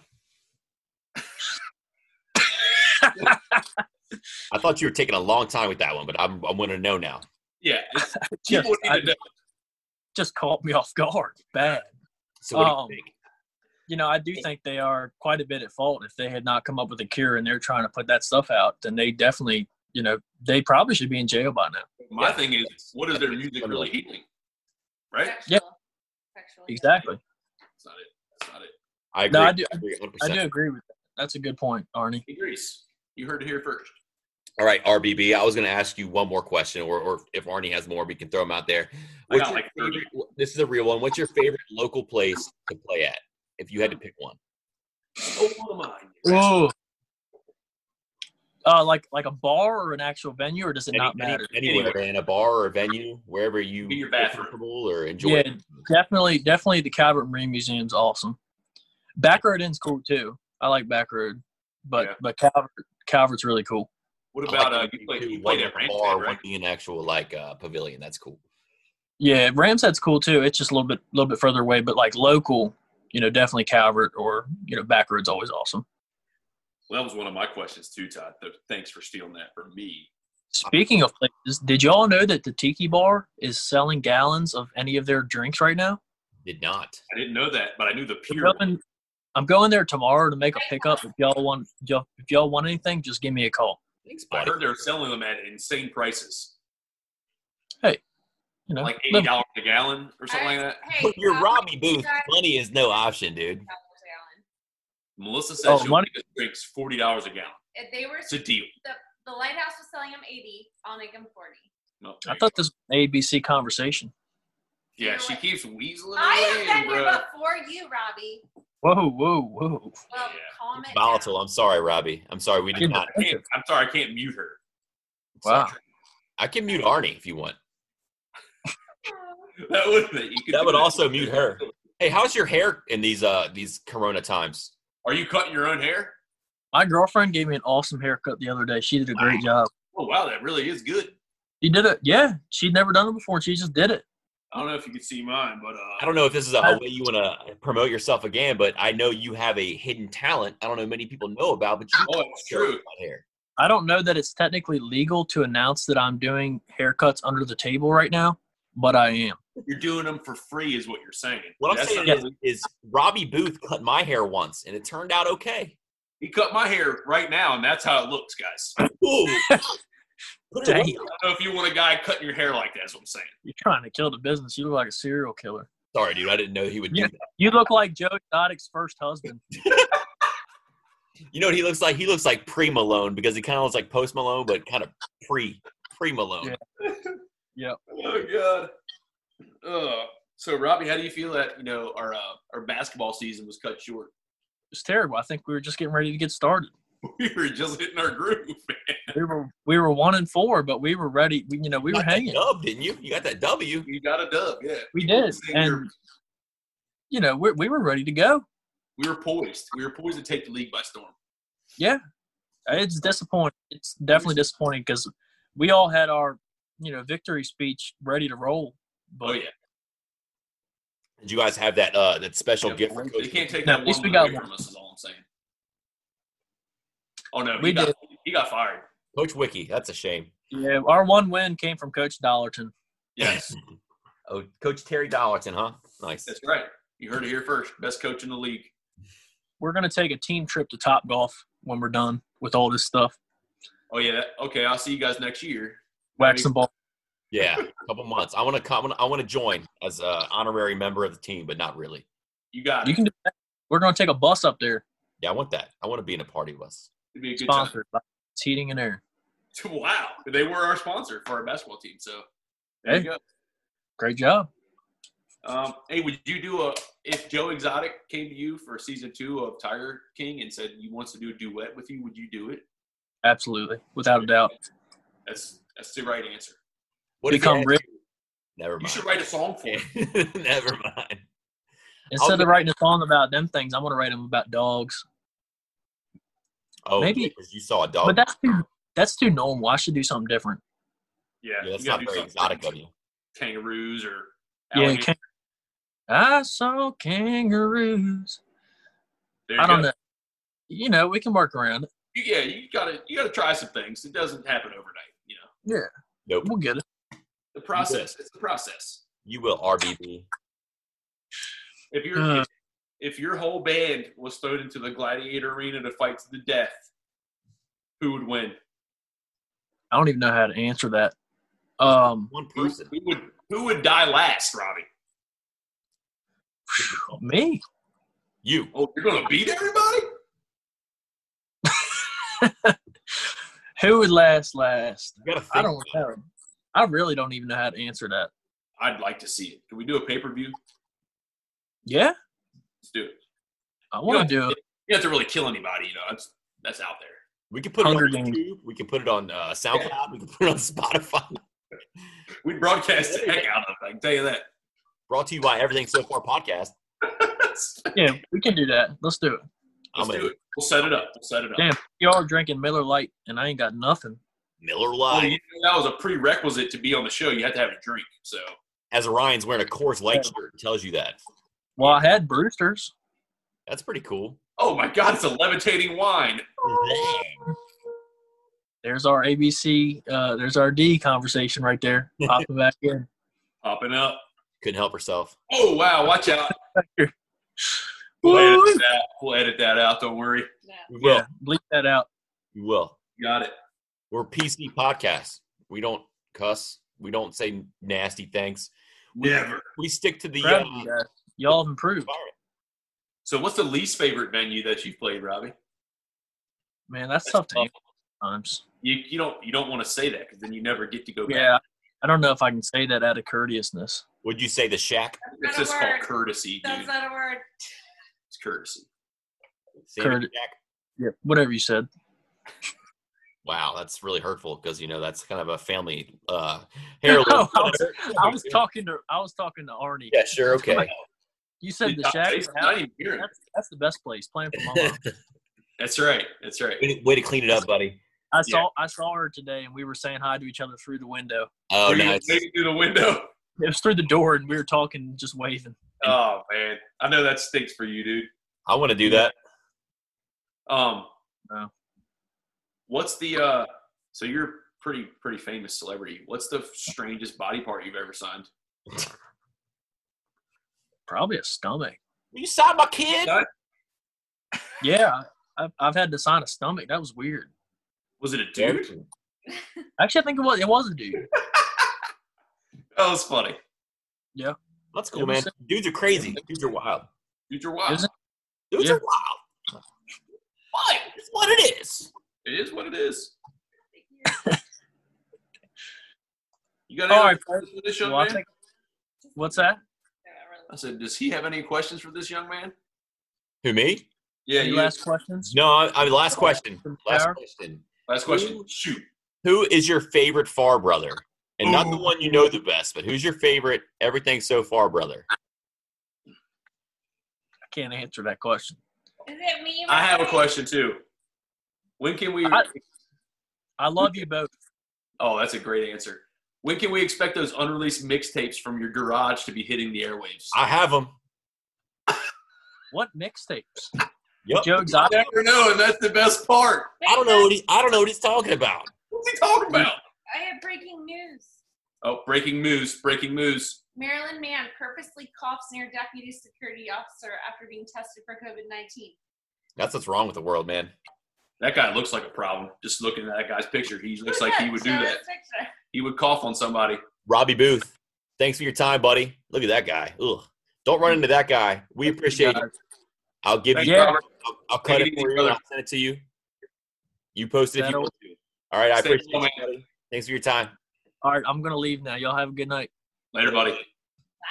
B: I thought you were taking a long time with that one, but I'm I'm going to know now.
C: Yeah, it's-
E: Yes,
C: people need
E: I-
C: to know.
E: Just caught me off guard. Bad.
B: So what
E: Um,
B: do you think?
E: You know, I do think they are quite a bit at fault if they had not come up with a cure and they're trying to put that stuff out, then they definitely, you know, they probably should be in jail by now.
C: My
B: yeah.
C: thing is, what is their music really healing? Right?
D: Sexual. Sexual.
E: Exactly.
C: That's not it. That's not it.
B: I agree.
E: No, I do-
B: I agree 100%.
E: I do agree with that. That's a good point, Arnie.
C: Degrees. You heard it here first.
B: All right, RBB. I was going to ask you one more question, or, or if Arnie has more, we can throw them out there.
C: I
B: What's
C: got,
B: your
C: like, thirty.
B: favorite, this is a real one. What's your favorite local place to play at? If you had to pick one,
C: Oh one of mine.
E: Whoa. Uh, like like a bar or an actual venue, or does it
B: Any-
E: not
B: any-
E: matter?
B: anywhere, in a bar or a venue, wherever you
C: In your
B: feel
C: bathroom.
B: comfortable or enjoy.
E: Yeah. Definitely, definitely the Calvert Marine Museum's awesome. Backroad Inn's cool too. I like Backroad, but
C: Yeah.
E: but Calvert Calvert's really cool.
C: What
B: I
C: about
B: like
C: uh,
B: the
C: you played
B: two,
C: you
B: one
C: played at
B: at a
C: Ranch
B: bar,
C: Band, right?
B: one in actual like uh, pavilion. That's cool.
E: Yeah, Ramsad's cool too. It's just a little bit, little bit further away, but like local, you know, definitely Calvert or you know, Backroad's always awesome.
C: Well, that was one of my questions too, Todd. Th- Thanks for stealing that from me.
E: Speaking of places, did y'all know that the Tiki Bar is selling gallons of any of their drinks right now?
B: Did not.
C: I didn't know that, but I knew the
E: I'm
C: pure.
E: going, I'm going there tomorrow to make a pickup. If y'all want, y'all, if y'all want anything, just give me a call.
B: Thanks,
C: I
B: buddy.
C: heard they're selling them at insane prices,
E: You know,
C: like eighty
E: live-
C: dollars a gallon or something like that.
D: Hey,
B: But you're
D: uh,
B: Robbie
D: you
B: Booth.
D: guys-
B: Money is no option, dude.
C: Melissa says
E: Oh,
C: she'll
E: money-
C: make us drinks forty dollars a gallon.
D: If they were
C: It's a deal.
D: the lighthouse was selling them eighty, I'll make them forty.
C: No,
E: I thought this was an ABC conversation.
C: yeah, she keeps weaseling.
D: I
C: her way
D: have
C: in,
D: been here
C: bruh.
D: before you, Robbie.
E: Whoa, whoa, whoa!
D: Well,
C: Yeah.
D: calm it
B: Volatile. I'm sorry, Robbie. I'm sorry. We did
E: Did-
B: not.
C: I can't- I'm sorry, I can't mute her.
E: Wow.
B: I can mute Arnie if you want.
D: down.
C: That would be. You could
B: That
C: do
B: would also mute her. Hey, how's your hair in these uh these Corona times?
C: Are you cutting your own hair?
E: My girlfriend gave me an awesome haircut the other day. She did a great job.
C: Oh wow, that really is good.
E: She did it. Yeah, she'd never done it before, and she just did it.
C: I don't know if you can see mine, but uh,
B: I don't know if this is a, way you want to promote yourself again, but I know you have a hidden talent. I don't know many people know about, but you
C: Oh, it's
B: care
C: true.
B: about hair.
E: I don't know that it's technically legal to announce that I'm doing haircuts under the table right now, but I am.
C: you're doing them for free, is what you're saying.
B: What I'm
C: That's
B: saying
C: not-
B: is, is Robbie Booth cut my hair once, and it turned out okay.
C: he cut my hair right now, and that's how it looks, guys. I
B: Ooh. Put it
E: Damn,
B: away.
E: you're
C: don't know if you want a guy cutting your hair like that. Is what I'm saying.
E: trying to kill the business. You look like a serial killer.
B: Sorry, dude. I didn't know he would do
E: Yeah.
B: that.
E: You look like Joe Exotic's first husband.
B: You know what he looks like? He looks like pre Malone because he kind of looks like post Malone, but kind of pre pre Malone.
E: Yeah.
C: Oh god. Uh, so Robbie, how do you feel that you know our uh, our basketball season was cut short?
E: It's terrible. I think we were just getting ready to get started.
C: We were just hitting our groove, man.
E: We were we were one and four, but we were ready. We, you know, we
B: You
E: were
B: got that
E: hanging.
B: dub, didn't you? You got that W.
C: You got a dub, yeah.
E: We did,
C: Same year.
E: and you know, we we were ready to go.
C: we were poised. We were poised to take the league by storm.
E: It's disappointing. It's definitely disappointing because we all had our you know victory speech ready to roll. But
C: Oh yeah.
B: Did you guys have that uh that special
C: Yeah,
B: gift for
C: They
B: Coach?
C: can't take
E: No,
C: that
E: at
C: one
E: least we
C: win
E: got
C: away
E: one.
C: from us. Is all I'm saying. Oh no, he
E: We
C: got he got fired.
B: Coach Wiki? That's a shame.
E: yeah, our one win came from Coach Dollarton.
C: Yes,
B: Oh, Coach Terry Dollarton, huh? Nice.
C: that's right. You heard it here first. Best coach in the league.
E: We're gonna take a team trip to Top Golf when we're done with all this stuff.
C: Oh yeah. that- Okay, I'll see you guys next year.
E: Wax and ball.
B: Yeah, a couple months. I want to come. I want to join as a honorary member of the team, but not really.
C: You got
E: You
C: it.
E: can do that. We're gonna take a bus up there,
B: Yeah, I want that. I want to be in a party bus.
C: It'd be a good time.
E: sponsored by It's Heating and Air.
C: Wow, they were our sponsor for our basketball team. So there you go.
E: Great job.
C: Um, hey, would you do a if Joe Exotic came to you for season two of Tiger King and said he wants to do a duet with you? Would you do it?
E: Absolutely, without a doubt.
C: That's that's the right answer.
B: What if
E: Become
B: you-
E: rich
B: Never mind.
C: You should write a song for him.
B: Never mind.
E: instead
B: I'll-
E: of writing a song about them things. I'm gonna write them about dogs.
B: Oh,
E: Maybe-
B: maybe you saw a dog.
E: But that's too, that's too normal. I should do something different.
C: Yeah,
B: yeah, that's
C: you gotta
B: not
C: do
B: very
C: something.
B: exotic of you.
C: Kangaroos or
E: Yeah,
C: alligators.
E: can- I saw kangaroos.
C: There you
E: I don't
C: go.
E: know. You know, we can work around it.
C: You- yeah, you gotta you gotta try some things. It doesn't happen overnight. You know
B: Nope.
E: We'll get it.
C: the process. It's the process.
B: You will RBB.
C: If you're
E: Uh.
C: if, if your whole band was thrown into the gladiator arena to fight to the death, who would win?
E: I don't even know how to answer that. Um,
B: One
C: Who,
B: person.
C: who would who would die last, Robbie?
E: me?
B: You.
C: Oh, you're gonna beat everybody?
E: Who would last? Last?
B: You gotta think.
E: I don't know. I really don't even know how to answer that.
C: I'd like to see it. Can we do a pay per view?
E: Yeah,
C: Let's do it.
E: I want to
C: You
E: do
C: don't-
E: it.
C: You don't have to really kill anybody. You know, that's that's out there.
B: We can put it on
E: Hunger Games.
B: YouTube. We can put it on uh, SoundCloud. We can put it on Spotify.
C: We broadcast the heck out of it. I can tell you that.
B: Brought to you by Everything So Far podcast.
C: Let's
E: Yeah, we can do that. Let's do it.
B: I'm
C: do
B: a
C: it. We'll set it up. We'll set it up.
E: Damn, y'all are drinking Miller Lite, and I ain't got nothing.
B: Miller
C: Well,
B: Lite.
C: you know, that was a prerequisite to be on the show. You had to have a drink. So
B: as Orion's wearing a Coors Light shirt and tells you that.
E: Well, I had Brewster's.
B: That's pretty cool.
C: Oh my God, it's a levitating wine.
E: There's our ABC. Uh, there's our D conversation right there. Popping back in.
C: Popping up.
B: Couldn't help herself.
C: Oh wow, watch out. We'll edit that, out. We'll edit that out, don't worry.
B: We will.
E: Yeah, bleep that out.
B: We will.
C: Got it.
B: We're a PC podcast. We don't cuss. We don't say nasty things.
C: Never.
B: We stick to the
E: Proud
B: uh,
E: of you guys. Y'all have improved.
B: environment.
C: So what's the least favorite venue that you've played, Robbie?
E: Man, that's
B: That's
E: tough to
B: tough.
E: answer sometimes.
C: You, you don't you don't want to say that because then you never get to go back.
E: Yeah. I don't know if I can say that out of courteousness.
B: Would you say the shack?
C: It's
D: That's
C: just
D: not a
C: called
D: word.
C: courtesy, dude.
D: That's not a word.
C: It's courtesy.
B: Sandy
E: Curd-
B: shack?
E: Yeah. Whatever you said.
B: Wow, that's really hurtful because you know that's kind of a family uh
C: Oh,
B: heirloom.
E: I was- I was talking to I was talking to Arnie.
B: Yeah, sure, okay.
E: You said the
C: Not-
E: shack.
C: it's
E: House,
C: not even here.
E: That's, that's the best place. Playing for my mom.
C: That's right. That's right.
B: Way to, way to clean it up, buddy.
E: I saw I saw her today, and we were saying hi to each other through the window.
B: Oh,
C: Were you
B: nice.
C: looking through the window.
E: It was through the door, and we were talking, and just waving.
C: Oh man, I know that stinks for you, dude.
B: I want to do that.
C: Um,
E: No.
C: what's the uh? So you're a pretty pretty famous celebrity. What's the strangest body part you've ever signed?
E: Probably a stomach.
B: You saw my kid?
E: Yeah, I've, I've had to sign a stomach. That was weird.
C: Was it a dude?
E: Actually, I think it was it was a dude.
C: That was funny.
B: That's cool, man. Dudes are crazy. Dudes are wild.
C: Dude, you're wild.
E: Is it?
B: Dudes
E: Yeah.
B: are wild. Why? It's what it is.
C: It is what it is. You got
E: All
C: any
E: right,
C: questions for this young
E: Well, I
C: man?
E: think- what's that?
C: I said, does he have any questions for this young man?
B: Who me?
C: Yeah,
E: Any
C: you.
E: last questions?
B: No, I, I mean, last question. Last
E: Power?
B: question.
C: last question. Shoot.
B: Who is your favorite far brother? And not the
C: Ooh.
B: one you know the best, but who's your favorite everything so far brother?
E: I can't answer that question.
D: Is it me?
C: I have a
D: Mike?
C: question too. When can we?
E: I- I love you both.
C: oh, that's a great answer. When can we expect those unreleased mixtapes from your garage to be hitting the airwaves?
B: I have them.
E: What mixtapes?
B: Yep.
E: Joe Exotic.
C: never know, and that's the best part.
B: I don't know what he, I don't know what he's talking about.
C: What's he talking about?
D: I have breaking news.
C: Oh, breaking news! Breaking news!
D: Maryland man purposely coughs near deputy security officer after being tested for COVID 19.
B: That's what's wrong with the world, man.
C: That guy looks like a problem. Just looking at that guy's picture, he looks like he would do that. He would cough on somebody.
B: Robbie Booth, thanks for your time, buddy. Look at that guy. Ugh. Don't run into that guy. We appreciate it. I'll give
C: Thanks,
B: you.
E: Yeah.
C: Robert.
B: I'll, I'll cut it
C: Take
B: for
C: it easy,
B: you. And
C: brother.
B: I'll send it to you. You post it if you
E: That'll-
B: want to. All right, I
C: Stay
B: appreciate
C: cool,
B: it, buddy. Thanks for your time.
E: All right, I'm gonna leave now. Y'all have a good night.
C: Later, buddy.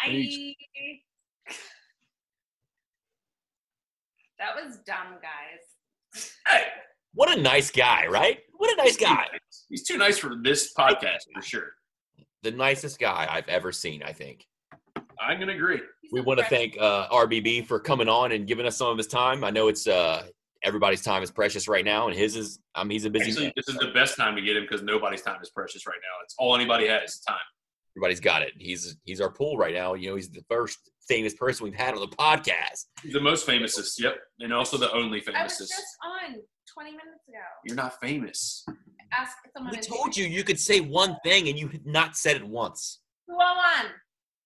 D: Bye. That was dumb, guys.
C: Hey,
B: What a nice guy, right? What a nice guy.
C: He's too nice for this podcast for sure.
B: The nicest guy I've ever seen, I think.
C: I'm gonna agree.
D: He's
B: We
D: so
B: want to
D: fresh.
B: thank uh, RBB for coming on and giving us some of his time. I know it's uh, everybody's time is precious right now, and his is. I mean, he's a busy.
C: Actually,
B: man.
C: this is the best time to get him because nobody's time is precious right now. It's all anybody has is time.
B: Everybody's got it. He's he's our pool right now. You know, he's the first famous person we've had on the podcast.
C: He's the most famousest. Yep, and also the only
D: I was
C: famousest.
D: just on 20 minutes ago.
C: You're not famous.
D: Ask someone.
B: We
D: in-
B: told you you could say one thing and you had not said it once.
D: Who I won?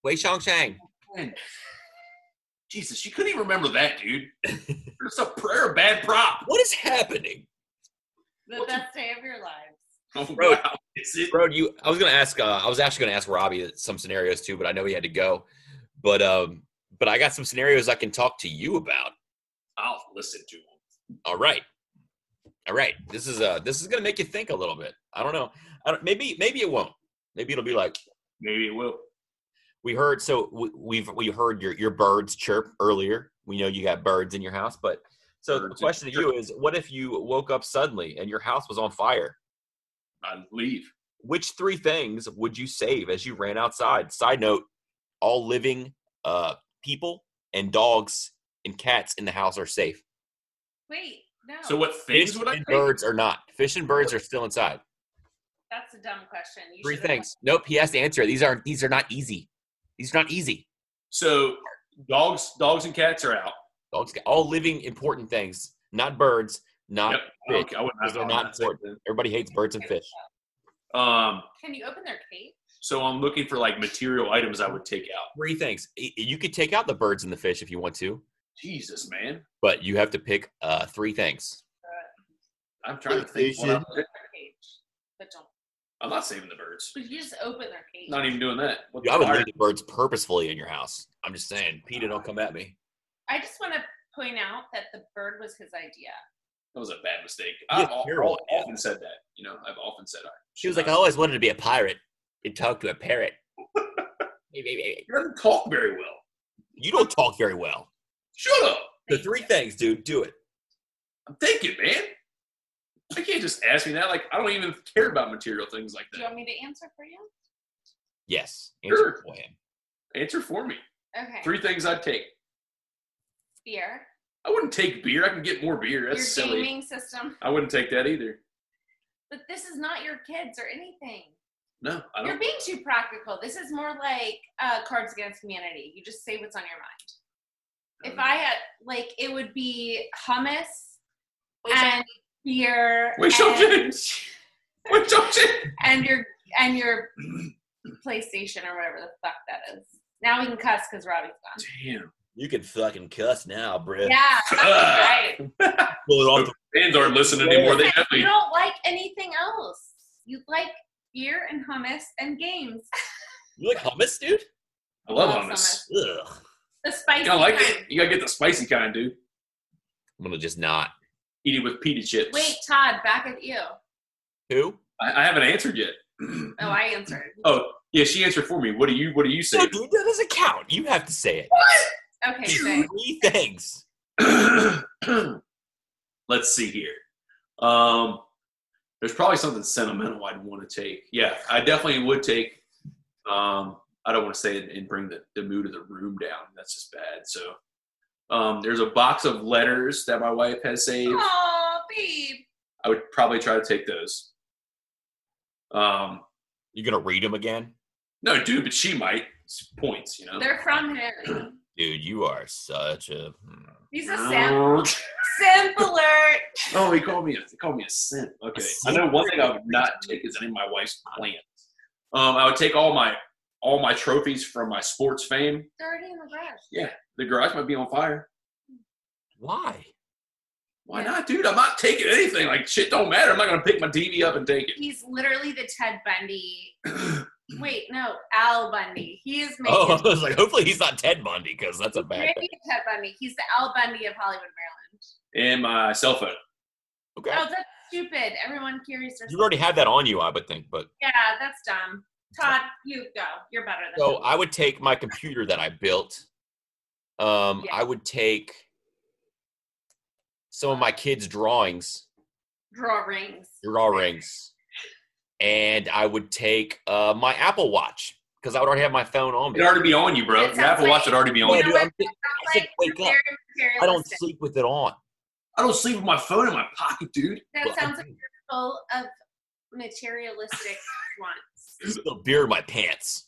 B: Wei Shang Shang.
C: Man. Jesus, you couldn't even remember that, dude. It's a prayer of bad prop.
B: What is happening?
D: The
C: What the-
D: best day of your lives.
C: Oh,
B: Bro.
C: wow. Is it?
B: Bro, do you I was gonna ask uh, I was actually gonna ask Robbie some scenarios too, but I know he had to go. But um but I got some scenarios I can talk to you about.
C: I'll listen to him.
B: All right. All right. This is uh this is gonna make you think a little bit. I don't know. I don't, maybe maybe it won't. Maybe it'll be like
C: Maybe it will.
B: we heard so we, we've we heard your your birds chirp earlier we know you got birds in your house but so
C: Birds
B: the question to
C: chirp.
B: you is what if you woke up suddenly and your house was on fire
C: I leave.
B: which three things would you save as you ran outside side note all living uh people and dogs and cats in the house are safe
D: Wait, no.
C: So what
B: fish
C: things would I
B: and birds are not fish and birds are still inside
D: That's a dumb question. You
B: three
D: should've won.
B: things nope he has to answer it. these aren't these are not easy These are not easy.
C: So dogs, dogs and cats are out.
B: Dogs get all living important things, not birds, not
C: Yep. Okay, I would
B: Those are
C: I would
B: not
C: say
B: important. everybody hates birds and fish.
C: that. Um,
D: Can you open their cage?
C: so I'm looking for like material items I would take out.
B: Three things. Y- You could take out the birds and the fish if you want to,
C: Jesus, man,
B: but you have to pick uh, three things.
C: I'm trying to think. What I'm,
D: Their cage, but don't.
C: I'm not saving the birds.
D: But you just open their cage.
C: Not even doing that. What
B: Dude, I would
C: fire-
B: leave the birds purposefully in your house. I'm just saying, Peter, don't come at me.
D: I just want to point out that the bird was his idea.
C: that was a bad mistake.
B: Yeah,
C: I've al-
B: terrible.
C: often said that. You know, I've often said I.
B: She was like, I always wanted to be a pirate and talk to a parrot. you
C: He doesn't talk very well.
B: don't talk very well.
C: Shut up.
B: The
D: Thank
B: three
D: you.
B: things, dude, do it.
C: I'm thinking, man. I can't just ask me that. Like, I don't even care about material things like
D: Do you
C: that.
D: want me to answer for you?
B: Yes. Answer
C: Sure.
B: for him.
C: Answer for me.
D: Okay.
C: Three things I'd take.
D: Beer.
C: I wouldn't take beer. I can get more beer. That's
D: your
C: silly.
D: gaming system.
C: I wouldn't take that either.
D: But this is not your kids or anything.
C: No, I
D: You're
C: don't.
D: being too practical. This is more like uh, Cards Against Humanity. You just say what's on
C: Mm-hmm.
D: your mind. If I had, like, it would be hummus and beer
C: Wait,
D: and,
C: Shopjin! Wait, Shopjin!
D: and your and your PlayStation or whatever the fuck that is. Now we can cuss because Robbie's gone.
C: Damn.
B: You can fucking cuss now, bruh.
D: Yeah, that's right.
B: Pull it off the-
C: Fans aren't listening anymore. They
D: You
C: definitely.
D: don't like anything else. You like beer and hummus and games.
B: You like hummus, dude?
C: I love
D: Love
C: hummus.
B: Ugh.
D: The spicy.
C: You gotta like
D: kind.
C: it. You gotta get the spicy kind, dude.
B: I'm gonna just not.
C: Eat it with pita chips.
D: Wait, Todd, back at you.
B: Who?
C: I, I haven't answered yet.
D: Oh, I answered.
C: Oh, yeah, she answered for me. What do you? What do you say?
B: No, dude, that doesn't count. You have to say it.
D: Okay, so
B: Three things.
C: Let's see here. Um, there's probably something sentimental I'd want to take. Yeah, I definitely would take. Um, I don't want to say it and bring the, the mood of the room down. That's just bad. So, um, there's a box of letters that my wife has saved.
D: Oh, babe.
C: I would probably try to take those. Um,
B: You're gonna read them again?
C: no, dude, but she might. It's points, you know.
D: They're from him.
B: Dude, you are such a. hmm,
D: He's a simp. Simp alert.
C: Oh, he called me. A, he called me a simp. Okay, I
B: simp.
C: know one thing I would not take is any of my wife's plans. Um, I would take all my all my trophies from my sports fame.
D: Dirty in the brush.
C: The garage might be on fire.
B: Why?
C: Why not, dude? I'm not taking anything. Like shit, don't matter. I'm not gonna pick my TV up and take it.
D: He's literally the Ted Bundy. Wait, no, Al Bundy. He is making.
B: Oh, I was like, hopefully he's not Ted Bundy because that's a bad
D: Maybe
B: thing.
D: Ted Bundy. He's the Al Bundy of Hollywood, Maryland.
C: And my cell phone.
B: Okay.
D: Oh, that's stupid. Everyone carries their.
B: You already have that on you, I would think. But
D: Yeah, that's dumb. Todd, you go. You're better than.
B: so
D: me.
B: I would take my computer that I built. Um,
D: Yeah.
B: I would take some of my kids' drawings,
D: Draw rings.
B: drawings, and I would take uh, my Apple Watch because I would already have my phone on me.
C: It'd already be on you, bro.
D: It
C: Your Apple
D: sounds
C: Watch would
D: like-
C: already be on
B: Yeah,
C: you.
D: know
B: dude,
D: what?
B: I'm thi- I said,
D: Like,
B: wake
D: you're
B: up.
D: very
B: I don't
D: materialistic.
B: sleep with it on.
C: I don't sleep with my phone in my pocket, dude.
D: That
B: Well, I
D: sounds like you're full of materialistic wants.
B: The beer in my pants.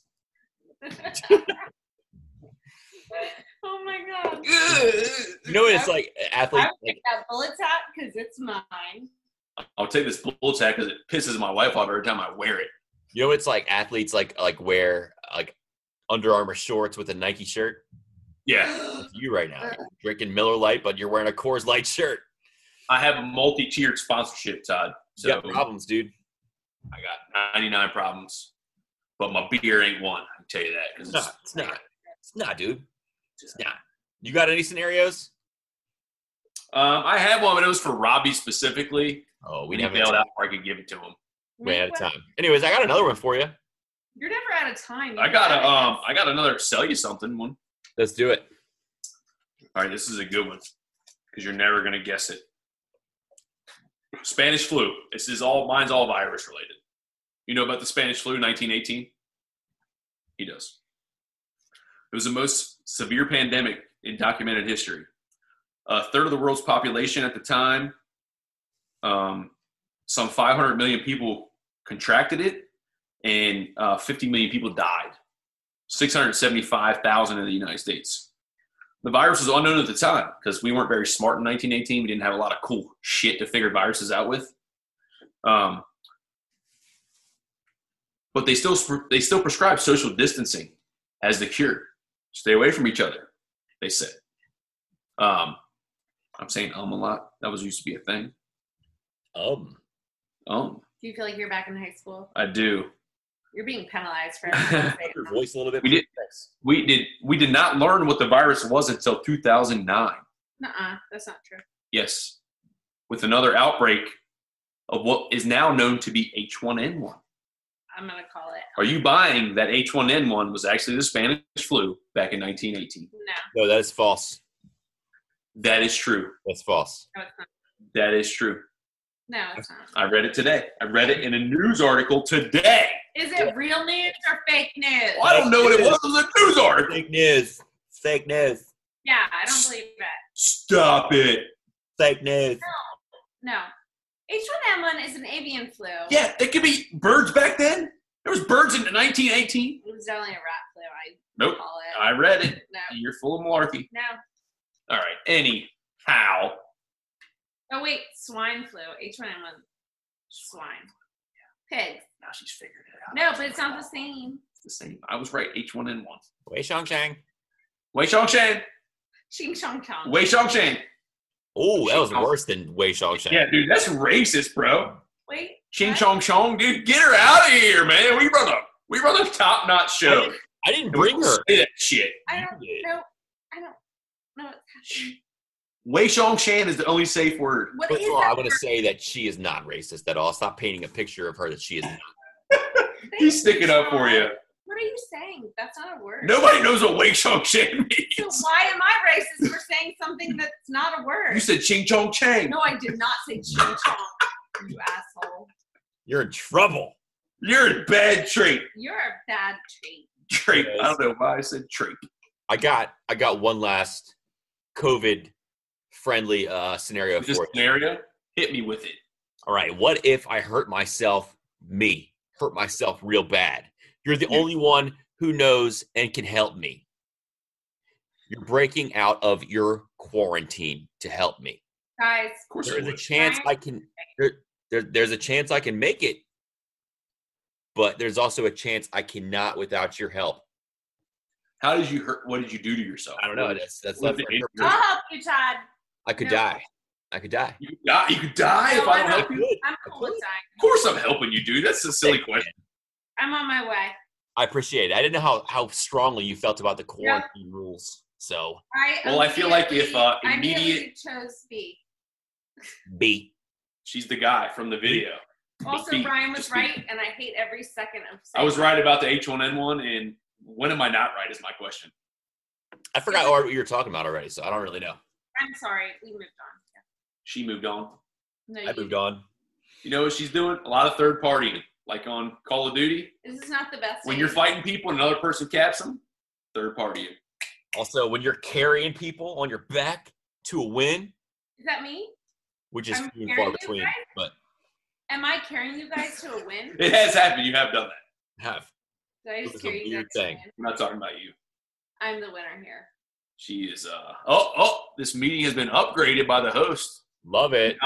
D: oh my god.
B: You know, it's like athlete.
D: I would
B: Like,
D: take that bullet top because it's mine.
C: I'll take this bull tack because it pisses my wife off every time I wear it.
B: you know, it's like athletes like like wear like Under Armour shorts with a Nike shirt.
C: Yeah,
B: you right
D: Uh.
B: now. You're drinking Miller Light, but you're wearing a Coors Light shirt.
C: I have a multi-tiered sponsorship, Todd. So
B: You got problems, dude.
C: I got 99 problems, but my beer ain't one. I can tell you that. 'cause
B: It's
C: it's-
B: not. It's not. It's not, dude. It's not. You got any scenarios?
C: um, I had one, but it was for Robbie specifically.
B: Oh, we
C: We he
B: never
C: bailed out before I could give it to him.
B: way out of time. Anyways, I got another one for you.
D: You're never out of time.
C: I got a, um, I got another sell you something one.
B: Let's do it.
C: All right, this is a good one because you're never gonna guess it. Spanish flu. This is all mine's all virus related. You know about the Spanish flu, 1918. He does. It was the most severe pandemic in documented history. A third of the world's population at the time, um, some 500 million people contracted it, and uh, 50 million people died. 675,000 in the United States. The virus was unknown at the time because we weren't very smart in 1918. We didn't have a lot of cool shit to figure viruses out with. Um, but they still they still prescribe social distancing as the cure. Stay away from each other, they said. Um, I'm saying um a lot. That was used to be a thing.
B: Um,
C: Um,
D: Do you feel like you're back in high school?
C: I do.
D: You're being penalized for everything.
B: keep your voice a little bit.
C: We did-
B: please.
C: We did we did not learn what the virus was until 2009.
D: uh that's not true.
C: Yes, with another outbreak of what is now known to be H1N1.
D: I'm gonna call it.
C: Are you buying that H1N1 was actually the Spanish flu back in 1918?
D: No,
B: No, that is false.
C: That is true.
B: That's false.
D: no, it's not.
C: That is true.
D: No, it's not.
C: I read it today. I read it in a news article today.
D: Is it real news or fake news?
C: Well, I don't know what it was. It was a news article.
B: Fake news. Fake news.
D: Yeah, I don't believe it.
C: Stop it.
B: Fake news.
D: No. H1N1 is an avian flu.
C: Yeah, it could be birds back then. There was birds in 1918.
D: It was definitely a rat flu. I
C: Nope.
D: call it.
C: I read it.
D: no,
C: You're full of malarkey.
D: no.
C: All right. Anyhow.
D: Oh wait, swine flu. H1N1. Swine. Pigs.
C: Now she's figured it out.
D: No, but it's not the same.
C: It's the same. I was right. H1N1.
B: Wei Shang Shang.
C: Wei Shang Shang.
D: Ching chong chong.
C: Wei Shang Shang.
B: Oh, that was worse than Wei Shang Shang.
C: Yeah, dude, that's racist, bro.
D: Wait.
C: Ching
D: what?
C: Chong Chong, dude, get her out of here, man. We run a we run a top notch show.
B: I didn't
C: And we
B: bring her.
C: Say that shit.
D: I don't
B: You did.
D: know. I don't know what's happening.
C: Wei Shong Shan is the only safe word.
D: What
B: First
D: is
B: of all, I
D: that?
B: want to say that she is not racist at all. Stop painting a picture of her that she is not.
D: thing?
C: He's sticking up for you.
D: What are you saying? That's not a word.
C: Nobody knows what Wei Shong Shan
D: So
C: means.
D: why am I racist for saying something that's not a word?
C: You said Ching Chong Chang.
D: no, I did not say ching chong. You asshole.
B: You're in trouble.
C: You're in bad trait.
D: You're a bad treat.
C: Trait.
B: Yes.
C: I don't know why I said trait.
B: I got I got one last COVID friendly uh, scenario
C: This
B: for you.
C: scenario, hit me with it.
B: All right, what if I hurt myself? Me hurt myself real bad. You're the only one who knows and can help me. You're breaking out of your quarantine to help me.
D: Guys,
C: Of course
B: There
C: it
B: is a
C: would.
B: chance I can. There, there, there's a chance I can make it, but there's also a chance I cannot without your help.
C: How did you hurt? What did you do to yourself?
B: I don't know. That's that's left.
C: What did
B: for
C: it-
B: her.
D: I'll help you, Todd.
B: I could
D: No.
B: die. I could die.
C: You could die. You could die if
D: No,
C: I
D: I
C: don't
D: don't.
C: help you. Of
D: I'm cool with dying.
C: course I'm helping you, dude. That's a silly question.
D: I'm on my way.
B: I appreciate it. I didn't know how, how strongly you felt about the
D: Yeah.
B: quarantine rules. So
D: I
C: Well, I feel like if, uh,
D: immediately- I immediately
C: immediate-
D: chose B.
B: B.
C: She's the guy from the video.
D: Also,
C: B,
D: Brian was
C: just B.
D: right, and I hate every second of.
C: I was right about the H1N1, and when am I not right is my question.
B: I forgot what you were talking about already, so I don't really know.
D: I'm sorry. We moved on.
C: She moved on.
D: No,
B: I
D: you-
B: moved on.
C: You know what she's doing? A lot of third partying, like on Call of Duty.
D: This is not the best.
C: When you're
D: thing.
C: fighting people and another person caps them, third partying.
B: Also, when you're carrying people on your back to a win,
D: Is that me?
B: which is
D: I'm
B: few and
D: carrying
B: far
D: you
B: between,
D: guys?
B: but
D: Am I carrying you guys to a win?
C: It has happened. You have done that.
B: have
D: Did I
B: This is
D: just
B: a
D: carry you
B: weird
D: guys to a
B: thing.
D: win?
C: I'm not talking about you.
D: I'm the winner here.
C: She is. Uh, oh, oh! This meeting has been upgraded by the host,
B: love it.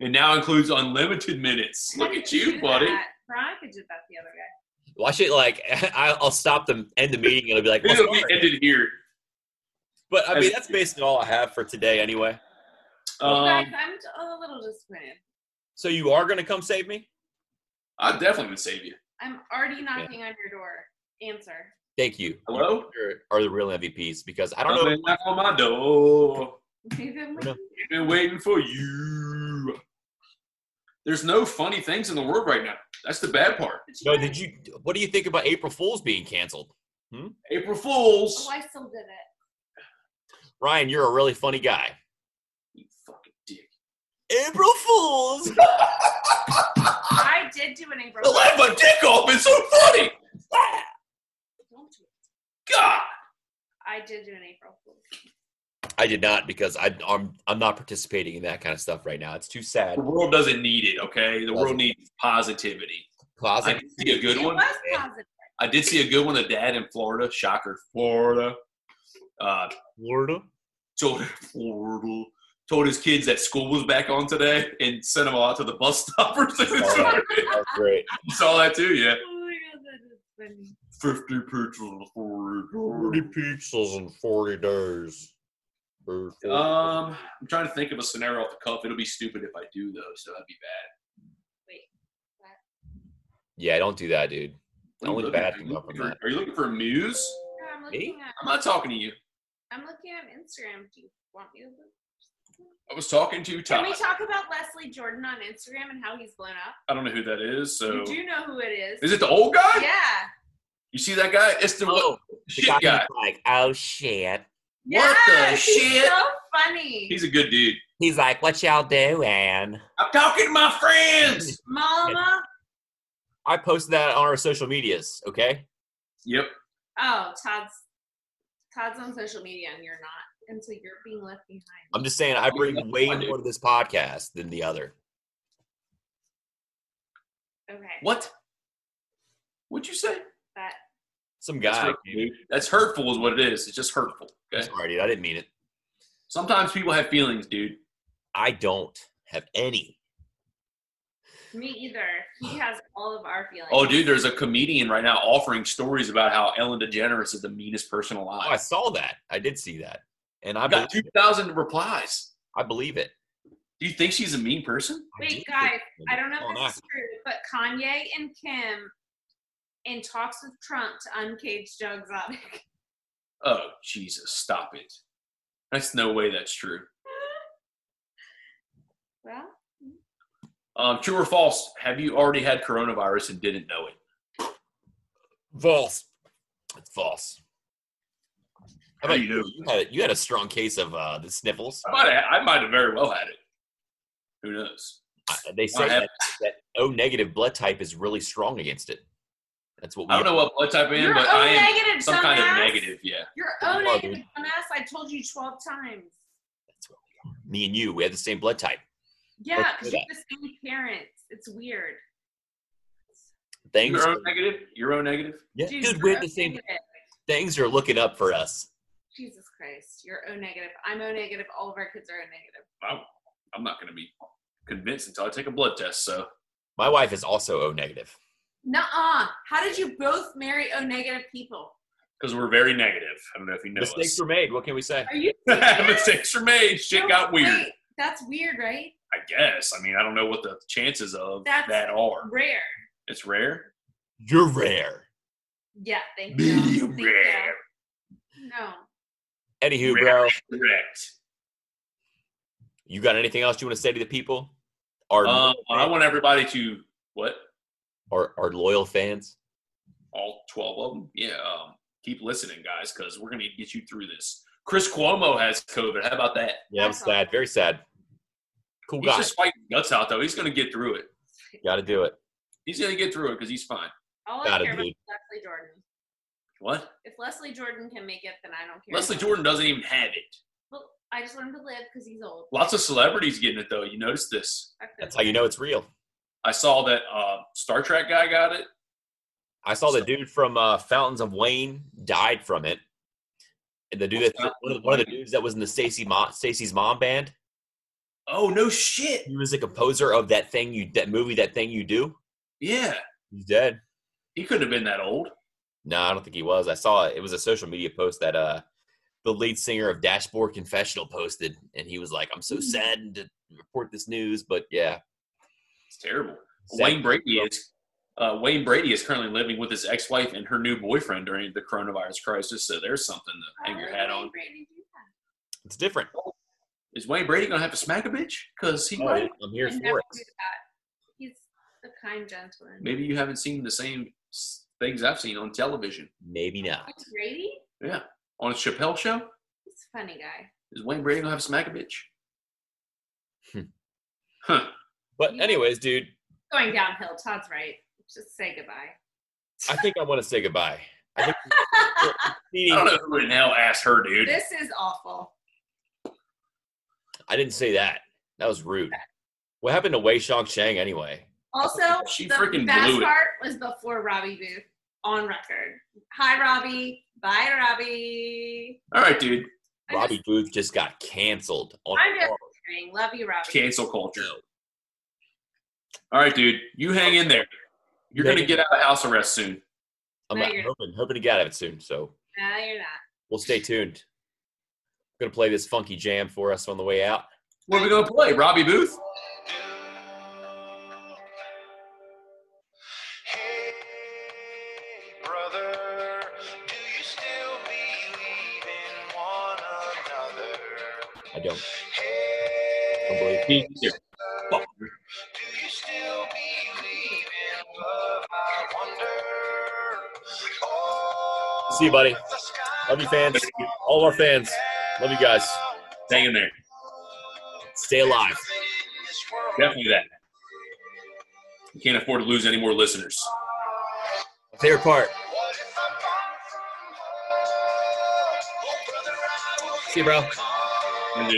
C: and now includes unlimited minutes. Look
D: I
C: at
D: could
C: you,
D: do
C: buddy.
D: that. Brian could do that the other day.
B: Watch it like I- I'll stop them, end the meeting, and I'll be like, "Well,
C: It'll be
B: sorry."
C: ended here.
B: but I mean that's basically all I have for today anyway.
D: Well, guys,
C: Um,
D: I'm t- a little disappointed.
B: So you are gonna come save me?
C: I definitely would save you.
D: I'm already knocking on your door. Answer.
B: Thank you.
C: Hello?
B: You Are the real MVPs because I don't
C: Come
B: know.
C: and knock on my door.
D: Even
B: No.
C: been waiting for you. There's no funny things in the world right now. That's the bad part.
B: No, did you? What do you think about April Fool's being canceled?
C: April Fools.
D: Oh, I still did it.
B: Ryan, you're a really funny guy.
C: You fucking dick.
B: April Fools.
D: I did do an April.
C: I laughed my dick off. It's so funny. Ah,
D: Don't do it.
C: God.
D: I did do an April Fool's.
B: I did not because I, I'm I'm not participating in that kind of stuff right now. It's too sad.
C: The world doesn't need it, okay? The world
B: Doesn't.
C: needs positivity. I
B: Closet.
C: can see a good
D: It
C: one.
D: was positive.
C: I did see a good one. The dad in Florida, shocker, Florida, uh,
B: Florida.
C: told Florida, told his kids that school was back on today and sent them all out to the bus stop for six
B: Oh,
C: hours.
B: That's great.
C: Saw that too, yeah.
D: Oh my God, that is funny.
C: Fifty preachers, Florida.
B: pizzas in 40 days.
C: Um, I'm trying to think of a scenario off the cuff. It'll be stupid if I do though, so that'd be bad.
B: yeah, don't do that, dude.
C: What are you
B: Only
C: looking
B: bad
C: at?
B: can
C: Are you
B: come from
C: looking
B: that.
C: for- Are you looking for a muse?
D: Yeah, I'm
B: Me?
D: looking at
C: I'm not talking to you.
D: I'm looking at Instagram. Do you want me to look?
C: I was talking to Todd.
D: Can we talk about Leslie Jordan on Instagram and how he's blown up?
C: I don't know who that is. So
D: you do know who it is.
C: Oh. is it the old guy?
D: yeah.
C: You see that guy? It's the
B: Oh, the
C: shit
B: guy,
C: guy.
B: who's like, oh shit.
C: What the
D: Yes, he's
C: shit?
D: so funny.
C: He's a good dude.
B: He's like, what y'all doing?
C: I'm talking to my friends.
D: Mama.
B: I posted that on our social medias, okay?
C: yep.
D: Oh, Todd's Todd's on social media and you're not. And so you're being left behind.
C: Um,
B: I'm just saying, I bring way
C: I do.
B: more to this podcast than the other.
D: Okay.
C: What? What'd you say?
D: That
B: Some
C: That's
B: guy.
C: hurtful, dude. That's hurtful, is what it is. It's just hurtful. Okay.
B: Sorry, dude. I didn't mean it.
C: Sometimes people have feelings, dude.
B: I don't have any.
D: me either. He has all of our feelings.
C: Oh, dude, there's a comedian right now offering stories about how Ellen DeGeneres is the meanest person
B: Oh, I
C: alive.
B: saw that. I did see that. And I
C: I got
B: believe,
C: two thousand replies.
B: I believe it.
C: Do you think she's a mean person?
B: I
D: Wait,
B: did.
D: guys, I don't know
B: Oh,
D: if
B: no.
D: this is true, but Kanye and Kim in talks with Trump to uncage Joe Exotic.
C: Oh, Jesus, stop it. That's no way that's true.
D: well,
C: Um, true or false? Have you already had coronavirus and didn't know it?
B: False. It's false. How
C: How
B: about
C: you
B: you?
C: doing?
B: You had, you had a strong case of uh, the sniffles.
C: I might, have, I might have very well had it. Who knows?
B: Uh, They say
C: have-
B: that, that O negative blood type is really strong against it. That's what we
C: I don't know what blood type I am,
D: you're
C: but
D: O
C: I am
D: negative,
C: some
D: dumbass.
C: kind of negative. Yeah.
D: You're
B: Come
D: O
B: on,
D: negative,
B: dude.
D: dumbass. I told you twelve times.
B: Me and you, we have the same blood type.
D: Yeah,
B: Let's do
D: because you have the same parents. It's weird.
B: Things,
C: You're O negative. You're O negative.
B: yeah,
D: Dude,
B: dude,
D: you're
B: we're
D: O
B: the same.
D: negative.
B: Things are looking up for us.
D: Jesus Christ, you're O negative. I'm O negative. All of our kids are O negative.
C: I'm, I'm not going to be convinced until I take a blood test. So
B: My wife is also O negative.
D: Nuh-uh. How did you both marry O negative people?
C: because we're very negative. I don't know if you know
B: Mistakes
C: us.
B: were made. What can we say?
D: Are you?
C: Mistakes were made. Shit
D: No,
C: got weird.
D: wait, that's weird, right?
C: I guess. I mean, I don't know what the chances of
D: That's-
C: that are.
D: Rare.
C: It's rare.
B: You're rare.
D: Yeah, thank you.
C: Medium
D: Thank you.
C: rare.
D: No.
B: Anywho, bro,
C: Rare. Correct.
B: you got anything else you want to say to the people? Our,
C: Um, I want everybody to what?
B: our, our loyal fans?
C: all 12 of them. Yeah, um, keep listening, guys, because we're going to get you through this. Chris Cuomo has COVID. How about that?
B: Yeah, I'm
D: That's
B: sad. Very sad. Cool
C: He's
B: guy.
C: just fighting guts out, though. He's going to get through it.
B: Got to do it.
C: He's going to get through it because he's fine.
D: All I
B: Got it,
D: care about
B: dude.
D: is Leslie Jordan.
C: What?
D: If Leslie Jordan can make it, then I don't care.
C: Leslie Jordan doesn't even have it.
D: Well, I just want him to live because he's old.
C: Lots of celebrities getting it, though. You notice this?
D: Fuck
B: That's
D: those
B: how you
D: guys.
B: know it's real.
C: I saw that uh, Star Trek guy got it.
B: I saw the dude from uh, Fountains of Wayne died from it. And the dude that
C: Fountains
B: one of,
C: of
B: one of the
C: Wayne?
B: dudes that was in the Stacy Mom Stacy's mom band.
C: Oh, no shit.
B: He was the composer of that thing you that movie that thing you do.
C: Yeah.
B: He's dead.
C: He couldn't have been that old.
B: No, I don't think he was. I saw it. It was a social media post that uh the lead singer of Dashboard Confessional posted, and he was like, "I'm so saddened to report this news, but yeah,
C: It's terrible.
B: Sad.
C: Wayne Brady is. Uh, Wayne Brady is currently living with his ex-wife and her new boyfriend during the coronavirus crisis, so there's something to hang your
D: Why
C: hat
D: would
C: on.
D: Brady do that?
B: it's different."
C: Is Wayne Brady gonna have to smack a bitch? Cause he
B: Oh,
C: might.
B: I'm here
D: He'd never
B: for
D: do
B: it.
D: that. He's a kind gentleman.
C: Maybe you haven't seen the same s- things I've seen on television.
B: Maybe not.
D: Brady?
C: Yeah, on a Chappelle show,
D: He's a funny guy.
C: is Wayne Brady gonna have to smack a bitch?
B: Hmm.
C: Huh.
B: But
D: Yeah.
B: anyways, dude,
D: Going downhill. Todd's right. Just say goodbye.
B: I think I want to say goodbye. I think
C: I don't know who in hell asked her, dude.
D: this is awful.
B: I didn't say that. That was rude. What happened to Wei Shang Chang anyway?
D: Also,
C: She
D: the
C: freaking
D: best
C: blew it.
D: part was before Robbie Booth. on record. Hi, Robbie. Bye, Robbie.
C: All right, dude.
D: I'm
B: Robbie Booth just got canceled. On
D: I'm just- just kidding. Love you, Robbie.
C: Cancel culture. All right, dude. You hang in there. You're
B: Hang
C: gonna
B: in
C: get out of house arrest soon.
B: I'm
D: No,
B: not-
D: you're not.
B: hoping, hoping to get out of it soon. So
D: No, you're not.
B: we'll stay tuned. I'm going to play this funky jam for us on the way out.
C: What are we gonna play? Robbie Booth?
A: Hey, brother, do you still believe in one another?
B: I don't, I don't
A: Hey,
B: believe.
E: Me too.
A: do you still believe in love? I wonder. Oh,
B: See you, buddy.
A: the sky
B: Love you, fans. All our fans. Love you guys.
C: Hang in there.
B: Stay alive.
A: in this world.
C: Definitely that. You can't afford to lose any more listeners.
B: My favorite part.
A: What if I'm far from home? Oh, brother, I will
B: See you, bro.
A: come.
C: uh,